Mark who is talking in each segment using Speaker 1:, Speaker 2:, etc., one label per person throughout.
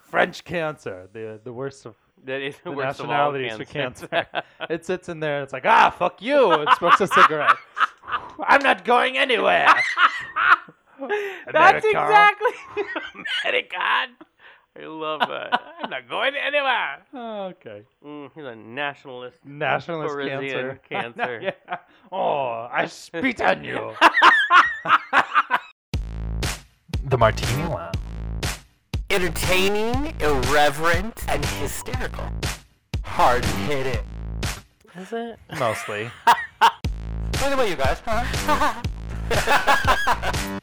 Speaker 1: French cancer, the the worst of
Speaker 2: That is the
Speaker 1: the
Speaker 2: worst
Speaker 1: nationalities
Speaker 2: of all
Speaker 1: for
Speaker 2: cancer.
Speaker 1: cancer. it sits in there. and It's like ah, fuck you. It smokes a cigarette. I'm not going anywhere.
Speaker 2: That's
Speaker 1: America.
Speaker 2: exactly American. I love that. I'm not going anywhere.
Speaker 1: okay,
Speaker 2: Mm, he's a nationalist.
Speaker 1: nationalist
Speaker 2: Parisian
Speaker 1: cancer.
Speaker 2: cancer.
Speaker 1: yeah. Oh, I spit on you. the Martini Lounge.
Speaker 3: Entertaining, irreverent, and hysterical. Hard hitting.
Speaker 2: Is it?
Speaker 1: Mostly.
Speaker 3: By the way, you guys, huh?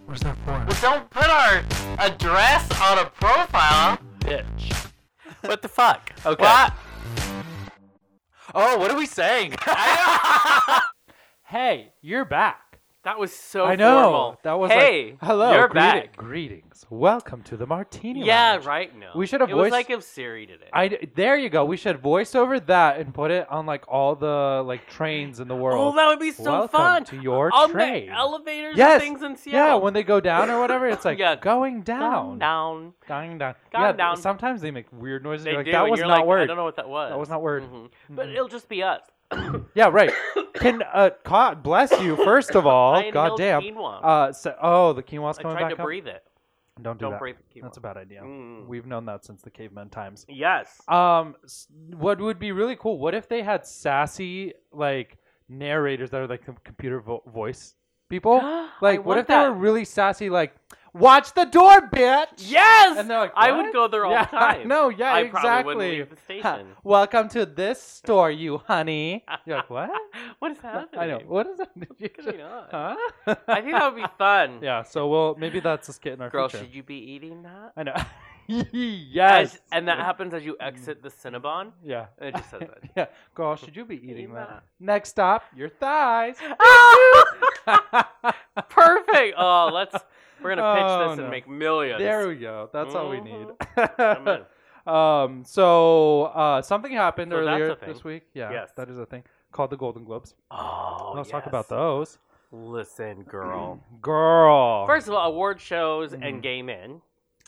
Speaker 1: Where's that for?
Speaker 3: well, don't put our address on a profile, bitch. What the fuck?
Speaker 1: Okay.
Speaker 3: What?
Speaker 1: Oh, what are we saying? hey, you're back.
Speaker 2: That was so
Speaker 1: I know.
Speaker 2: formal.
Speaker 1: That was
Speaker 2: hey,
Speaker 1: like, hello.
Speaker 2: You're
Speaker 1: greeting-
Speaker 2: back.
Speaker 1: Greetings. Welcome to the Martini.
Speaker 2: Yeah,
Speaker 1: Lounge.
Speaker 2: right. No,
Speaker 1: We should have
Speaker 2: It was
Speaker 1: voiced-
Speaker 2: like if Siri did it.
Speaker 1: I d- there you go. We should voice over that and put it on like all the like trains in the
Speaker 2: oh,
Speaker 1: world.
Speaker 2: that would be so
Speaker 1: Welcome
Speaker 2: fun.
Speaker 1: to your
Speaker 2: On
Speaker 1: train.
Speaker 2: the elevators,
Speaker 1: Yes.
Speaker 2: and things in
Speaker 1: yeah,
Speaker 2: Seattle.
Speaker 1: when they go down or whatever, it's like
Speaker 2: Yeah.
Speaker 1: going down,
Speaker 2: down, down.
Speaker 1: going down.
Speaker 2: Going
Speaker 1: yeah,
Speaker 2: down.
Speaker 1: Sometimes they make weird noises.
Speaker 2: They
Speaker 1: You're like
Speaker 2: do,
Speaker 1: that
Speaker 2: and
Speaker 1: was
Speaker 2: you're
Speaker 1: not
Speaker 2: like,
Speaker 1: word.
Speaker 2: I don't know what that was.
Speaker 1: That was not word.
Speaker 2: Mhm. But it'll just be us.
Speaker 1: Yeah, right. Can uh, God bless you first of all.
Speaker 2: I
Speaker 1: God
Speaker 2: inhaled
Speaker 1: damn.
Speaker 2: quinoa.
Speaker 1: Uh, so, oh, the quinoa's
Speaker 2: I
Speaker 1: coming
Speaker 2: tried
Speaker 1: back
Speaker 2: to
Speaker 1: up.
Speaker 2: breathe it.
Speaker 1: Don't do
Speaker 2: Don't
Speaker 1: that.
Speaker 2: breathe the quinoa.
Speaker 1: That's a bad idea.
Speaker 2: Mm.
Speaker 1: We've known that since the caveman times.
Speaker 2: Yes.
Speaker 1: Um, s- what would be really cool? What if they had sassy like narrators that are like com- computer vo- voice people? Like, what
Speaker 2: want
Speaker 1: if they were
Speaker 2: that.
Speaker 1: really sassy? Like, watch the door, bitch.
Speaker 2: Yes.
Speaker 1: And they're like,
Speaker 2: I would
Speaker 1: "What?"
Speaker 2: go there all
Speaker 1: yeah,
Speaker 2: the time.
Speaker 1: No, yeah,
Speaker 2: I probably
Speaker 1: exactly.
Speaker 2: wouldn't leave the
Speaker 1: Ha,
Speaker 2: station.
Speaker 1: Welcome to this store, you honey. You're like, what?
Speaker 2: What is happening?
Speaker 1: I know. What is that?
Speaker 2: going on?
Speaker 1: Huh?
Speaker 2: I think that would be fun.
Speaker 1: yeah. So, well, maybe that's a skit in our
Speaker 2: Girl,
Speaker 1: future.
Speaker 2: should you be eating that?
Speaker 1: I know. yes.
Speaker 2: As- and that happens as you exit the Cinnabon.
Speaker 1: Yeah.
Speaker 2: And it just says that.
Speaker 1: Yeah. Girl, should you be eating
Speaker 2: Eating
Speaker 1: that?
Speaker 2: that.
Speaker 1: Next stop, your thighs.
Speaker 2: Perfect. Oh, let's. We're gonna pitch
Speaker 1: Oh,
Speaker 2: this
Speaker 1: no.
Speaker 2: and make millions.
Speaker 1: there we go. That's all we
Speaker 2: Mm-hmm. I'm in.
Speaker 1: need. um, so uh, something happened
Speaker 2: So that's
Speaker 1: earlier
Speaker 2: a thing.
Speaker 1: this week. Yeah,
Speaker 2: Yes.
Speaker 1: that is a thing called the Golden Globes.
Speaker 2: Oh,
Speaker 1: Let's talk about Mm-hmm.
Speaker 2: yes.
Speaker 1: those.
Speaker 2: Listen, girl.
Speaker 1: Girl.
Speaker 2: First of all, award shows
Speaker 1: Mhm.
Speaker 2: and gay men.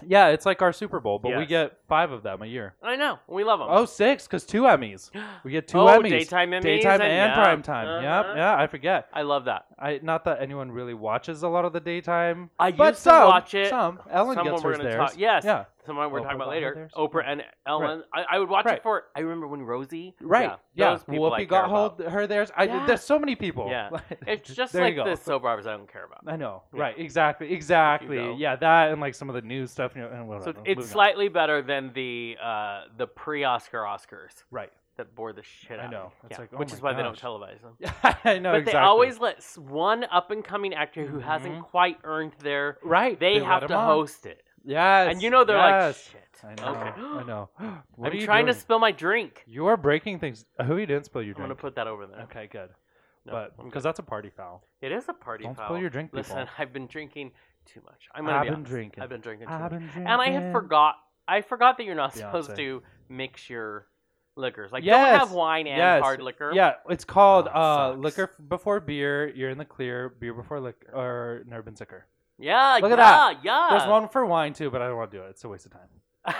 Speaker 1: yeah, it's like our Super Bowl, but we
Speaker 2: Yes.
Speaker 1: get five of them a year.
Speaker 2: I know we love them.
Speaker 1: Oh, six, because two Emmys. We get two
Speaker 2: Oh,
Speaker 1: Emmys.
Speaker 2: daytime Emmys
Speaker 1: Daytime
Speaker 2: and-
Speaker 1: and
Speaker 2: yeah.
Speaker 1: prime time.
Speaker 2: Uh-huh.
Speaker 1: Yep. Yeah, I forget.
Speaker 2: I love that.
Speaker 1: I not that anyone really watches a lot of the daytime.
Speaker 2: I
Speaker 1: but
Speaker 2: used to
Speaker 1: some,
Speaker 2: watch it.
Speaker 1: Some Ellen
Speaker 2: Someone
Speaker 1: gets
Speaker 2: we're
Speaker 1: hers
Speaker 2: gonna
Speaker 1: theirs.
Speaker 2: talk- yes.
Speaker 1: Yeah.
Speaker 2: Someone we're
Speaker 1: Oprah
Speaker 2: talking about
Speaker 1: Winfrey
Speaker 2: later.
Speaker 1: theirs.
Speaker 2: Oprah and Ellen. I, I would watch
Speaker 1: Right.
Speaker 2: it for. I remember when Rosie.
Speaker 1: Right. Yeah.
Speaker 2: Yeah. Those people I
Speaker 1: Whoopi
Speaker 2: care
Speaker 1: got
Speaker 2: about.
Speaker 1: hold her theirs. I,
Speaker 2: Yeah.
Speaker 1: There's so many people.
Speaker 2: Yeah. It's just
Speaker 1: There
Speaker 2: like
Speaker 1: you go.
Speaker 2: the soap operas I don't care about.
Speaker 1: I know.
Speaker 2: Yeah.
Speaker 1: Right. Exactly. Exactly.
Speaker 2: go.
Speaker 1: Yeah. That and like some of the news stuff. You know, and
Speaker 2: So
Speaker 1: whatever.
Speaker 2: it's
Speaker 1: Moving on.
Speaker 2: slightly better than the uh, the pre-Oscar Oscars
Speaker 1: right.
Speaker 2: that bore the shit
Speaker 1: I
Speaker 2: out. of
Speaker 1: know.
Speaker 2: me.
Speaker 1: It's like, oh
Speaker 2: which
Speaker 1: my
Speaker 2: is why they don't
Speaker 1: gosh.
Speaker 2: televise them.
Speaker 1: I know
Speaker 2: but
Speaker 1: exactly.
Speaker 2: they always let s- one up and coming actor who
Speaker 1: Mhm.
Speaker 2: hasn't quite earned their
Speaker 1: right.
Speaker 2: they,
Speaker 1: let
Speaker 2: have
Speaker 1: him
Speaker 2: to
Speaker 1: on.
Speaker 2: host it,
Speaker 1: Yes.
Speaker 2: and you know they're
Speaker 1: yes.
Speaker 2: like shit.
Speaker 1: I know.
Speaker 2: Okay,
Speaker 1: I know. What
Speaker 2: I'm
Speaker 1: are you
Speaker 2: trying
Speaker 1: doing?
Speaker 2: to spill my drink.
Speaker 1: You are breaking things. Who you didn't spill your
Speaker 2: I'm gonna
Speaker 1: drink?
Speaker 2: put that over there.
Speaker 1: Okay. Good.
Speaker 2: No,
Speaker 1: but
Speaker 2: I'm
Speaker 1: because that's a party foul.
Speaker 2: It is a party
Speaker 1: Don't
Speaker 2: foul.
Speaker 1: spill your drink, people.
Speaker 2: Listen, I've been drinking too much. I'm gonna
Speaker 1: I've
Speaker 2: be
Speaker 1: been
Speaker 2: honest.
Speaker 1: drinking.
Speaker 2: I've been drinking too
Speaker 1: I've
Speaker 2: much.
Speaker 1: been drinking.
Speaker 2: And I had forgot. I forgot that you're not
Speaker 1: Beyonce.
Speaker 2: supposed to mix your liquors. Like
Speaker 1: Yes.
Speaker 2: don't have wine and
Speaker 1: Yes.
Speaker 2: hard liquor.
Speaker 1: Yeah, it's called
Speaker 2: Oh, it
Speaker 1: uh,
Speaker 2: sucks.
Speaker 1: liquor f- before beer. You're in the clear. Beer before liquor, or nerve and sicker.
Speaker 2: Yeah.
Speaker 1: Look
Speaker 2: yeah,
Speaker 1: at that.
Speaker 2: Yeah.
Speaker 1: There's one for wine too, but I don't want to do it. It's a waste of time.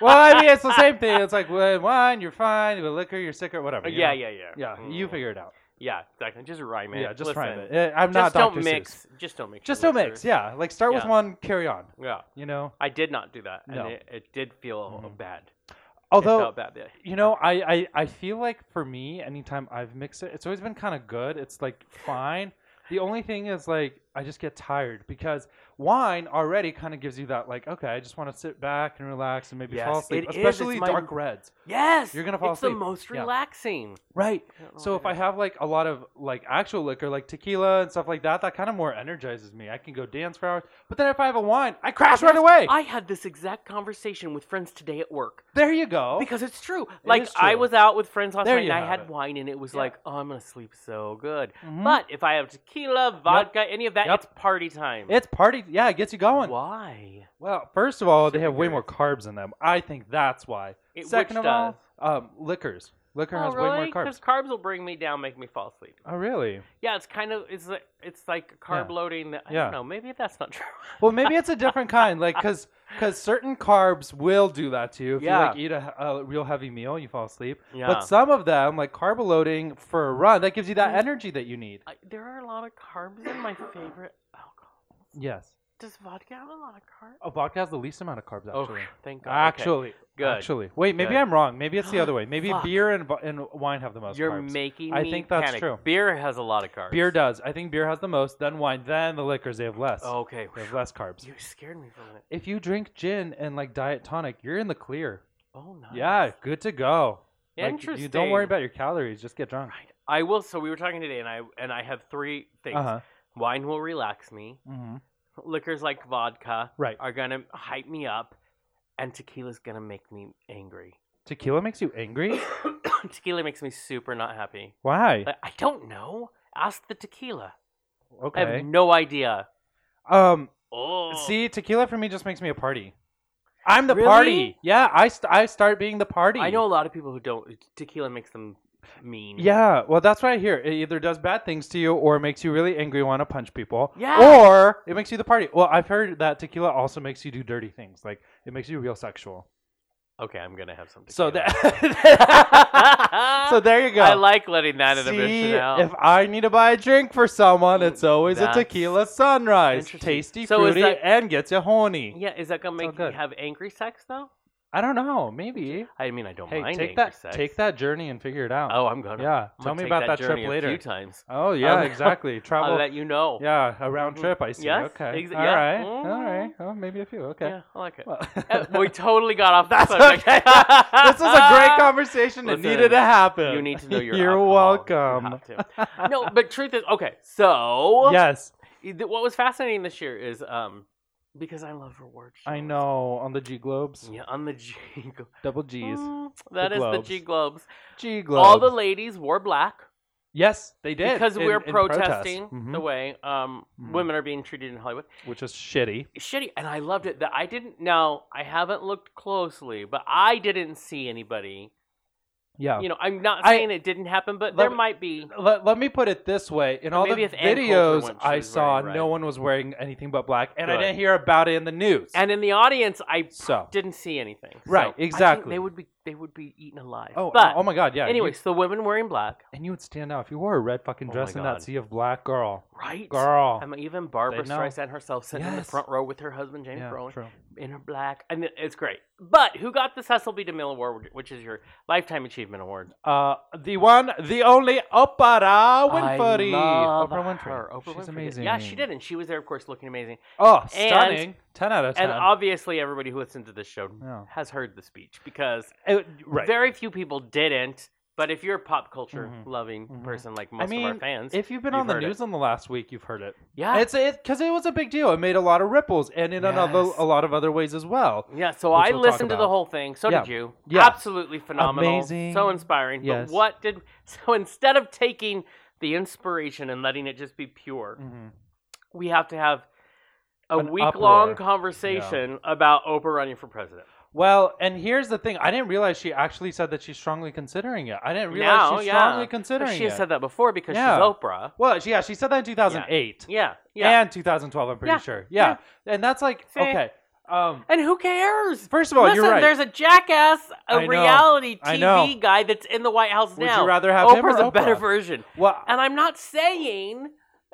Speaker 1: Well, I mean, it's the same thing. It's like with wine, you're fine. With liquor, you're sicker. Whatever. you
Speaker 2: yeah,
Speaker 1: know?
Speaker 2: Uh, yeah, yeah.
Speaker 1: yeah. You
Speaker 2: Mm.
Speaker 1: figure it out.
Speaker 2: Yeah, exactly. Just rhyme it.
Speaker 1: Yeah, just
Speaker 2: Listen,
Speaker 1: try it. Eh, I'm not
Speaker 2: Just don't
Speaker 1: Dr. Seuss.
Speaker 2: mix. Just don't mix.
Speaker 1: Just
Speaker 2: your
Speaker 1: don't mix.
Speaker 2: liquors.
Speaker 1: Yeah, like start with
Speaker 2: Yeah.
Speaker 1: one, carry on.
Speaker 2: Yeah.
Speaker 1: You know.
Speaker 2: I did not do that,
Speaker 1: No.
Speaker 2: and it, it did feel
Speaker 1: Mhm.
Speaker 2: bad. it
Speaker 1: Although
Speaker 2: felt bad. Yeah.
Speaker 1: you know, I, I I feel like for me, anytime I've mixed it, it's always been kind of good. It's like fine. The only thing is like I just get tired because wine already kind of gives you that like okay, I just want to sit back and relax and maybe fall
Speaker 2: Yes,
Speaker 1: asleep,
Speaker 2: it is. It's
Speaker 1: especially
Speaker 2: my-
Speaker 1: dark reds.
Speaker 2: Yes.
Speaker 1: You're gonna fall
Speaker 2: It's
Speaker 1: asleep.
Speaker 2: the most
Speaker 1: Yeah.
Speaker 2: relaxing.
Speaker 1: Right.
Speaker 2: I don't know
Speaker 1: So
Speaker 2: what
Speaker 1: if
Speaker 2: it
Speaker 1: I
Speaker 2: is.
Speaker 1: have like a lot of like actual liquor, like tequila and stuff like that, that kind of more energizes me. I can go dance for hours. But then if I have a wine, I crash right away.
Speaker 2: I had this exact conversation with friends today at work
Speaker 1: there you go.
Speaker 2: because it's true. like
Speaker 1: Oh, is
Speaker 2: I
Speaker 1: true.
Speaker 2: was out with friends last
Speaker 1: There
Speaker 2: night
Speaker 1: you
Speaker 2: and I
Speaker 1: have
Speaker 2: had
Speaker 1: it.
Speaker 2: wine and it was
Speaker 1: Yeah.
Speaker 2: like, "Oh, I'm going to sleep so good."
Speaker 1: Mhm.
Speaker 2: But if I have tequila, vodka, any of that,
Speaker 1: Yep.
Speaker 2: it's party time.
Speaker 1: it's party. Yeah, it gets you going.
Speaker 2: Why?
Speaker 1: Well, first of all, they
Speaker 2: Super
Speaker 1: have way
Speaker 2: good.
Speaker 1: more carbs in them. I think that's why.
Speaker 2: It-
Speaker 1: Second of
Speaker 2: which
Speaker 1: all, um, liquors. Liquor
Speaker 2: Oh,
Speaker 1: has
Speaker 2: really?
Speaker 1: way more carbs.
Speaker 2: Because carbs will bring me down, make me fall asleep.
Speaker 1: Oh, really?
Speaker 2: Yeah, it's kind of it's like it's like carb
Speaker 1: Yeah.
Speaker 2: loading. That, I
Speaker 1: Yeah.
Speaker 2: don't know. Maybe that's not true.
Speaker 1: Well, maybe it's a different kind, like because certain carbs will do that to you. If
Speaker 2: Yeah.
Speaker 1: you like eat a, a real heavy meal, you fall asleep.
Speaker 2: Yeah.
Speaker 1: But some of them, like carb loading for a run, that gives you that
Speaker 2: Mm.
Speaker 1: energy that you need.
Speaker 2: I, there are a lot of carbs in my favorite alcohol.
Speaker 1: Yes.
Speaker 2: Does vodka have a lot of carbs?
Speaker 1: Oh, vodka has the least amount of carbs
Speaker 2: Oh,
Speaker 1: actually.
Speaker 2: thank God. Okay.
Speaker 1: Actually,
Speaker 2: Good.
Speaker 1: Actually, wait, maybe
Speaker 2: Good.
Speaker 1: I'm wrong. Maybe it's the other way. Maybe
Speaker 2: Fuck.
Speaker 1: beer and vo- and wine have the most
Speaker 2: You're
Speaker 1: carbs.
Speaker 2: making
Speaker 1: I
Speaker 2: me
Speaker 1: think that's
Speaker 2: panic.
Speaker 1: true.
Speaker 2: Beer has a lot of carbs.
Speaker 1: beer does. I think beer has the most. Then wine. Then the liquors. They have less.
Speaker 2: Okay.
Speaker 1: They have less carbs.
Speaker 2: You scared me for a minute.
Speaker 1: If you drink gin and like diet tonic, you're in the clear.
Speaker 2: Oh, nice.
Speaker 1: Yeah, good to go. Like,
Speaker 2: Interesting.
Speaker 1: you don't worry about your calories. Just get drunk.
Speaker 2: Right. I will. So we were talking today, and I and I have three things.
Speaker 1: Uh-huh.
Speaker 2: Wine will relax me.
Speaker 1: Mm-hmm.
Speaker 2: Liquors like vodka
Speaker 1: Right.
Speaker 2: are gonna hype me up, and tequila's gonna make me angry.
Speaker 1: Tequila makes you angry.
Speaker 2: tequila makes me super not happy.
Speaker 1: Why?
Speaker 2: Like, I don't know. Ask the tequila. I have
Speaker 1: Okay.
Speaker 2: no idea.
Speaker 1: Um.
Speaker 2: Oh,
Speaker 1: See, tequila for me just makes me a party. I'm the
Speaker 2: Really?
Speaker 1: party. Yeah, I st- I start being the party.
Speaker 2: I know a lot of people who don't. Tequila makes them mean.
Speaker 1: Yeah, well, that's what I hear. It either does bad things to you or makes you really angry, want to punch people.
Speaker 2: Yeah.
Speaker 1: Or it makes you the party. Well, I've heard that tequila also makes you do dirty things. Like it makes you real sexual.
Speaker 2: Okay, I'm gonna have some.
Speaker 1: So
Speaker 2: tequila.
Speaker 1: that. so there you go.
Speaker 2: I like letting that
Speaker 1: See,
Speaker 2: inhibition out.
Speaker 1: if I need to buy a drink for someone, it's always
Speaker 2: That's
Speaker 1: a tequila sunrise.
Speaker 2: interesting.
Speaker 1: Tasty,
Speaker 2: So is
Speaker 1: fruity,
Speaker 2: that-
Speaker 1: and gets you horny.
Speaker 2: yeah, is that gonna
Speaker 1: It's all
Speaker 2: make me
Speaker 1: good.
Speaker 2: have angry sex though?
Speaker 1: I don't know. Maybe.
Speaker 2: I mean, I don't
Speaker 1: Hey,
Speaker 2: mind
Speaker 1: take
Speaker 2: angry
Speaker 1: that.
Speaker 2: sex.
Speaker 1: Take that journey and figure it out.
Speaker 2: Oh, I'm gonna.
Speaker 1: yeah.
Speaker 2: I'm
Speaker 1: Tell
Speaker 2: gonna
Speaker 1: me
Speaker 2: take
Speaker 1: about that,
Speaker 2: journey
Speaker 1: trip
Speaker 2: A
Speaker 1: later.
Speaker 2: few times.
Speaker 1: Oh yeah,
Speaker 2: I'll-
Speaker 1: exactly. Travel.
Speaker 2: I'll let you know.
Speaker 1: Yeah, a round
Speaker 2: Mhm.
Speaker 1: trip. I see.
Speaker 2: Yes,
Speaker 1: Okay.
Speaker 2: ex-
Speaker 1: all
Speaker 2: yeah.
Speaker 1: right. All
Speaker 2: Mm.
Speaker 1: right. Oh, maybe a few. Okay.
Speaker 2: Yeah, I like it.
Speaker 1: Well,
Speaker 2: Uh, we totally got off the
Speaker 1: That's
Speaker 2: subject.
Speaker 1: okay. this was a great conversation.
Speaker 2: Uh, Listen,
Speaker 1: it needed to happen.
Speaker 2: You need to know your.
Speaker 1: You're
Speaker 2: alcohol.
Speaker 1: welcome.
Speaker 2: You have to. no, but truth is, okay. So e,
Speaker 1: Yes,
Speaker 2: th- what was fascinating this year is um because I love reward shows.
Speaker 1: I know. On the G Globes,
Speaker 2: Yeah, on the G. Glo-
Speaker 1: double G's,
Speaker 2: Mm, that is
Speaker 1: Globes.
Speaker 2: the G Globes.
Speaker 1: G Globes.
Speaker 2: All the ladies wore black
Speaker 1: yes, they did
Speaker 2: because
Speaker 1: in-
Speaker 2: we're
Speaker 1: in protest.
Speaker 2: protesting
Speaker 1: Mhm.
Speaker 2: the way um,
Speaker 1: Mhm.
Speaker 2: women are being treated in Hollywood.
Speaker 1: which is shitty.
Speaker 2: Shitty, and I loved it. That I didn't. Now I haven't looked closely, but I didn't see anybody.
Speaker 1: Yeah.
Speaker 2: You know, I'm not
Speaker 1: Oh. I-
Speaker 2: saying it didn't happen,
Speaker 1: Let
Speaker 2: but there
Speaker 1: me-
Speaker 2: might be.
Speaker 1: let, let me put it this way: in all
Speaker 2: maybe
Speaker 1: the
Speaker 2: if Ann Coulter
Speaker 1: videos
Speaker 2: went, she
Speaker 1: I
Speaker 2: was
Speaker 1: saw,
Speaker 2: wearing
Speaker 1: no
Speaker 2: red.
Speaker 1: one was wearing anything but black, and I
Speaker 2: Good.
Speaker 1: didn't hear about it in the news.
Speaker 2: And in the audience, I
Speaker 1: so,
Speaker 2: didn't see anything. So
Speaker 1: Right,
Speaker 2: I think
Speaker 1: exactly.
Speaker 2: they would be. They would be eaten alive.
Speaker 1: oh,
Speaker 2: but
Speaker 1: oh my God, yeah. you-
Speaker 2: anyways, the women wearing black,
Speaker 1: and you would stand out if you wore a red fucking
Speaker 2: Oh my
Speaker 1: dress in
Speaker 2: God.
Speaker 1: that sea of black, girl,
Speaker 2: right?
Speaker 1: girl.
Speaker 2: And even Barbara
Speaker 1: They know.
Speaker 2: Streisand herself sitting in the
Speaker 1: Yes.
Speaker 2: front row with her husband James
Speaker 1: yeah,
Speaker 2: Brolin.
Speaker 1: true.
Speaker 2: in her black. I mean, it's great. But who got the Cecil B. DeMille Award, which is your Lifetime Achievement Award?
Speaker 1: Uh, the one, the only Oprah Winfrey.
Speaker 2: I love
Speaker 1: Oprah Winfrey.
Speaker 2: her. Oprah
Speaker 1: Oh, She's
Speaker 2: Winfrey did-
Speaker 1: amazing.
Speaker 2: Yeah, she did, and she was there, of course, looking amazing.
Speaker 1: Oh,
Speaker 2: And-
Speaker 1: stunning. ten out of ten.
Speaker 2: And obviously, everybody who listened to this show
Speaker 1: Yeah.
Speaker 2: has heard the speech because
Speaker 1: It- right.
Speaker 2: very few people didn't. But if you're a pop culture
Speaker 1: Mhm.
Speaker 2: loving
Speaker 1: Mhm.
Speaker 2: person like most of
Speaker 1: mean,
Speaker 2: our fans,
Speaker 1: if you've been
Speaker 2: You've
Speaker 1: on the
Speaker 2: heard it.
Speaker 1: news in the last week, you've heard it.
Speaker 2: yeah,
Speaker 1: It's it because it was a big deal. It made a lot of ripples, and in another
Speaker 2: Yes.
Speaker 1: a lot of other ways as well.
Speaker 2: yeah. So
Speaker 1: which
Speaker 2: I
Speaker 1: we'll talk
Speaker 2: listened to the
Speaker 1: about.
Speaker 2: whole thing. So
Speaker 1: Yeah.
Speaker 2: did you?
Speaker 1: Yeah.
Speaker 2: Absolutely phenomenal.
Speaker 1: Amazing.
Speaker 2: So inspiring.
Speaker 1: Yes.
Speaker 2: But what did so instead of taking the inspiration and letting it just be pure,
Speaker 1: Mhm.
Speaker 2: we have to have a
Speaker 1: An
Speaker 2: week long
Speaker 1: uproar.
Speaker 2: conversation about Oprah running for president.
Speaker 1: Well, and here's the thing: I didn't realize she actually said that she's strongly considering it. I didn't realize
Speaker 2: Now,
Speaker 1: she's
Speaker 2: yeah.
Speaker 1: strongly
Speaker 2: But
Speaker 1: considering
Speaker 2: she
Speaker 1: it.
Speaker 2: has said that before because
Speaker 1: Yeah.
Speaker 2: she's Oprah.
Speaker 1: well, yeah, she said that in 2008
Speaker 2: Yeah, yeah.
Speaker 1: and 2012. I'm pretty
Speaker 2: Yeah,
Speaker 1: sure. Yeah. and that's like
Speaker 2: See?
Speaker 1: okay. Um,
Speaker 2: And, who cares?
Speaker 1: first of all,
Speaker 2: Listen,
Speaker 1: you're right.
Speaker 2: there's a jackass, a
Speaker 1: I know.
Speaker 2: reality
Speaker 1: I know.
Speaker 2: TV guy that's in the White House
Speaker 1: Would
Speaker 2: now.
Speaker 1: you rather have him or
Speaker 2: Oprah's a better
Speaker 1: Oprah?
Speaker 2: version.
Speaker 1: Well,
Speaker 2: And I'm not saying.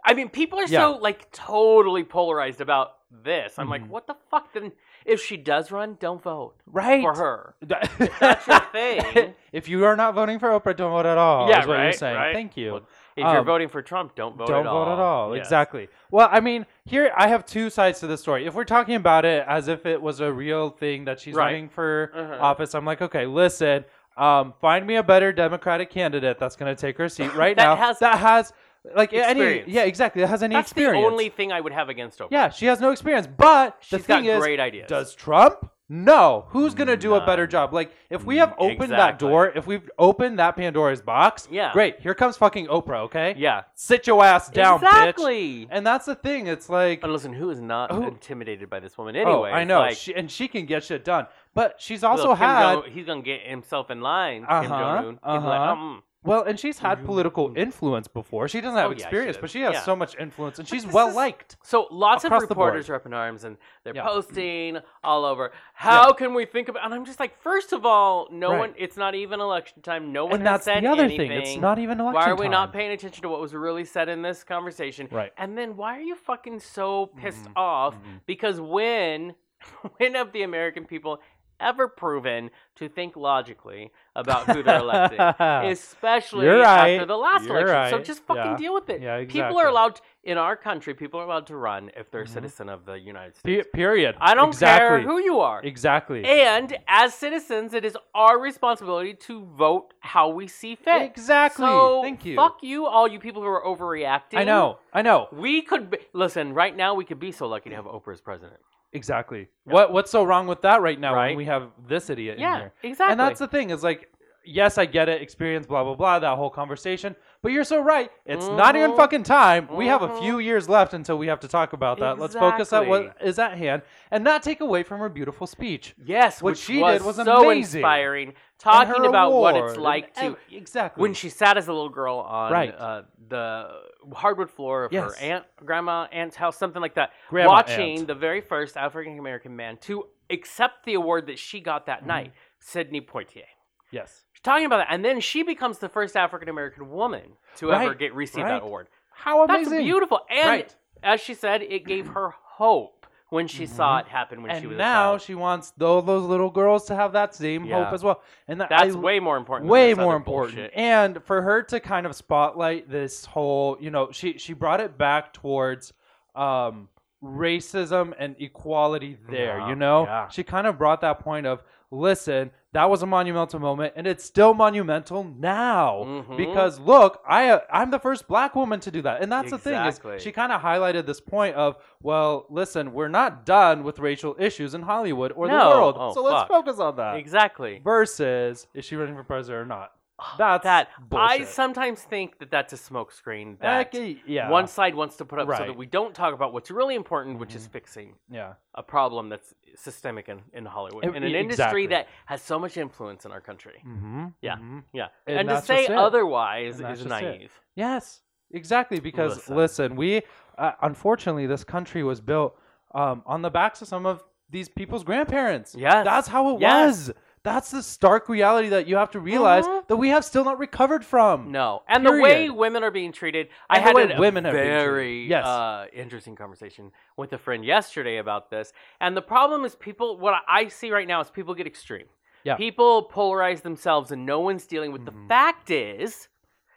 Speaker 2: I mean, people are
Speaker 1: Yeah.
Speaker 2: so like totally polarized about this. I'm
Speaker 1: Mhm.
Speaker 2: like, what the fuck? Then if she does run, don't vote
Speaker 1: right.
Speaker 2: for her.
Speaker 1: That's
Speaker 2: That's your thing.
Speaker 1: If you are not voting for Oprah, don't vote at all.
Speaker 2: Yeah,
Speaker 1: Oh, is what you're
Speaker 2: right,
Speaker 1: saying.
Speaker 2: right.
Speaker 1: Thank you.
Speaker 2: Well, If you're
Speaker 1: Um,
Speaker 2: voting for Trump, don't vote
Speaker 1: don't
Speaker 2: at all.
Speaker 1: vote at all.
Speaker 2: Yes.
Speaker 1: Exactly. Well, I mean, here I have two sides to the story. If we're talking about it as if it was a real thing that she's
Speaker 2: Right.
Speaker 1: running for
Speaker 2: Uh-huh.
Speaker 1: office, I'm like, okay, listen, um, find me a better Democratic candidate that's going to take her seat right
Speaker 2: That
Speaker 1: now.
Speaker 2: has
Speaker 1: that has like any
Speaker 2: experience.
Speaker 1: yeah, exactly. That has any
Speaker 2: That's
Speaker 1: experience.
Speaker 2: the only thing I would have against Oprah.
Speaker 1: yeah, she has no experience, but the
Speaker 2: She's got
Speaker 1: thing is,
Speaker 2: great ideas.
Speaker 1: does Trump No, who's gonna do a better
Speaker 2: None. Mm,
Speaker 1: job? Like, if we have opened that
Speaker 2: Exactly.
Speaker 1: door, if we've opened that Pandora's box,
Speaker 2: Yeah.
Speaker 1: great. Here comes fucking Oprah. Okay,
Speaker 2: Yeah.
Speaker 1: sit your ass down, bitch.
Speaker 2: exactly.
Speaker 1: And that's the thing. It's like,
Speaker 2: But listen, who is not
Speaker 1: Who-
Speaker 2: intimidated by this woman anyway?
Speaker 1: oh, I
Speaker 2: It's
Speaker 1: know,
Speaker 2: Like,
Speaker 1: she, and she can get shit done. But she's
Speaker 2: little
Speaker 1: also
Speaker 2: Kim
Speaker 1: had
Speaker 2: Jong- he's gonna get himself in line.
Speaker 1: Uh-huh,
Speaker 2: Kim Jong Un.
Speaker 1: uh-huh. well, and she's had
Speaker 2: Mhm.
Speaker 1: political influence before. She doesn't have
Speaker 2: Oh, yeah, she
Speaker 1: experience,
Speaker 2: does.
Speaker 1: but she has
Speaker 2: Yeah.
Speaker 1: so much influence, and she's
Speaker 2: this
Speaker 1: well
Speaker 2: is-
Speaker 1: liked.
Speaker 2: So lots
Speaker 1: Across
Speaker 2: of
Speaker 1: the board.
Speaker 2: reporters are up in arms and they're
Speaker 1: Yeah.
Speaker 2: posting all over. How can we think about? And I'm just like, first of all, no
Speaker 1: Right.
Speaker 2: one. It's not even election time. No one
Speaker 1: And
Speaker 2: has
Speaker 1: that's
Speaker 2: said
Speaker 1: the other
Speaker 2: anything.
Speaker 1: thing. It's not even election
Speaker 2: Why are we not
Speaker 1: time.
Speaker 2: paying attention to what was really said in this conversation?
Speaker 1: Right.
Speaker 2: And then why are you fucking so pissed
Speaker 1: Mhm.
Speaker 2: off?
Speaker 1: Mhm.
Speaker 2: Because when when have the American people ever proven to think logically about who they're electing? Especially
Speaker 1: You're right.
Speaker 2: after the last
Speaker 1: You're
Speaker 2: election. So
Speaker 1: right.
Speaker 2: just fucking
Speaker 1: Yeah.
Speaker 2: deal with it.
Speaker 1: Yeah,
Speaker 2: People
Speaker 1: exactly.
Speaker 2: are allowed in our country, people are allowed to run if they're a
Speaker 1: Mhm.
Speaker 2: citizen of the United
Speaker 1: Pe-
Speaker 2: States.
Speaker 1: period.
Speaker 2: I don't care
Speaker 1: exactly.
Speaker 2: who you are.
Speaker 1: Exactly.
Speaker 2: And as citizens, it is our responsibility to vote how we see fit.
Speaker 1: Exactly.
Speaker 2: So
Speaker 1: Thank you.
Speaker 2: fuck you, all you people who are overreacting.
Speaker 1: I know. I know.
Speaker 2: We could be, listen right now. We could be so lucky to have Oprah as president.
Speaker 1: Exactly. What what's so wrong with that right now
Speaker 2: Right.
Speaker 1: when we have this idiot in
Speaker 2: yeah,
Speaker 1: here?
Speaker 2: exactly.
Speaker 1: And that's the thing is like, yes, I get it, experience, blah blah blah, that whole conversation. But you're so right. It's not even
Speaker 2: Mhm.
Speaker 1: fucking time. We have a
Speaker 2: Mhm.
Speaker 1: few years left until we have to talk about that. Let's focus on what
Speaker 2: Exactly.
Speaker 1: is at hand and not take away from her beautiful speech.
Speaker 2: yes.
Speaker 1: what
Speaker 2: which
Speaker 1: she
Speaker 2: was
Speaker 1: did was
Speaker 2: so
Speaker 1: amazing.
Speaker 2: inspiring.
Speaker 1: And
Speaker 2: Talking
Speaker 1: her
Speaker 2: about what
Speaker 1: award
Speaker 2: it's
Speaker 1: and
Speaker 2: like to
Speaker 1: ev- exactly
Speaker 2: when she sat as a little girl on
Speaker 1: Right.
Speaker 2: uh, the hardwood floor of
Speaker 1: Yes.
Speaker 2: her aunt, grandma, aunt's house, something like that.
Speaker 1: Grandma
Speaker 2: watching
Speaker 1: aunt.
Speaker 2: the very first African American man to accept the award that she got
Speaker 1: Mm-hmm.
Speaker 2: that night, Sidney Poitier.
Speaker 1: yes.
Speaker 2: She's talking about that, and then she becomes the first African American woman to ever
Speaker 1: Right,
Speaker 2: get receive
Speaker 1: right.
Speaker 2: that award.
Speaker 1: How amazing!
Speaker 2: That's beautiful, and
Speaker 1: Right.
Speaker 2: as she said, it gave her hope when she saw it happen when she was
Speaker 1: Mm-hmm. And
Speaker 2: a
Speaker 1: now
Speaker 2: child.
Speaker 1: she wants those, those little girls to have that same hope
Speaker 2: Yeah.
Speaker 1: as well. And that,
Speaker 2: That's
Speaker 1: I,
Speaker 2: way more important. than
Speaker 1: way
Speaker 2: this other
Speaker 1: more important
Speaker 2: bullshit.
Speaker 1: and for her to kind of spotlight this whole you know she she brought it back towards um racism and equality there
Speaker 2: Yeah,
Speaker 1: you know
Speaker 2: yeah.
Speaker 1: she kind of brought that point of listen that was a monumental moment and it's still monumental now
Speaker 2: Mhm.
Speaker 1: because look i uh, i'm the first black woman to do that and that's the thing
Speaker 2: Exactly.
Speaker 1: is she kind of highlighted this point of well listen we're not done with racial issues in hollywood or
Speaker 2: No.
Speaker 1: the world
Speaker 2: Oh,
Speaker 1: so let's
Speaker 2: fuck.
Speaker 1: focus on that
Speaker 2: Exactly.
Speaker 1: versus is she running for president or not? That's
Speaker 2: Oh, that I
Speaker 1: bullshit.
Speaker 2: sometimes think that that's a smokescreen
Speaker 1: That
Speaker 2: that
Speaker 1: ca- yeah,
Speaker 2: one side wants to put up so
Speaker 1: Right. Mm-hmm.
Speaker 2: that we don't talk about what's really important, which is fixing
Speaker 1: yeah,
Speaker 2: a problem that's systemic in, in Hollywood
Speaker 1: Ev-
Speaker 2: in an
Speaker 1: e- exactly.
Speaker 2: industry that has so much influence in our country.
Speaker 1: mm-hmm.
Speaker 2: Yeah.
Speaker 1: Mhm.
Speaker 2: Yeah,
Speaker 1: And
Speaker 2: and, to
Speaker 1: that's
Speaker 2: say
Speaker 1: just it.
Speaker 2: otherwise
Speaker 1: And that's
Speaker 2: is
Speaker 1: just it.
Speaker 2: naive.
Speaker 1: yes, exactly. Because listen,
Speaker 2: Listen.
Speaker 1: we uh, unfortunately this country was built um, on the backs of some of these people's grandparents.
Speaker 2: Yes.
Speaker 1: that's how it
Speaker 2: Yes.
Speaker 1: was. That's the stark reality that you have to realize
Speaker 2: Mhm.
Speaker 1: that we have still not recovered from.
Speaker 2: No, and the way
Speaker 1: Period.
Speaker 2: women are being treated, I
Speaker 1: And the
Speaker 2: had
Speaker 1: way
Speaker 2: a
Speaker 1: women are being treated.
Speaker 2: very
Speaker 1: Yes.
Speaker 2: uh, interesting conversation with a friend yesterday about this. And the problem is, people. What I see right now is people get extreme.
Speaker 1: Yeah.
Speaker 2: People polarize themselves, and no one's dealing with
Speaker 1: Mhm.
Speaker 2: the fact is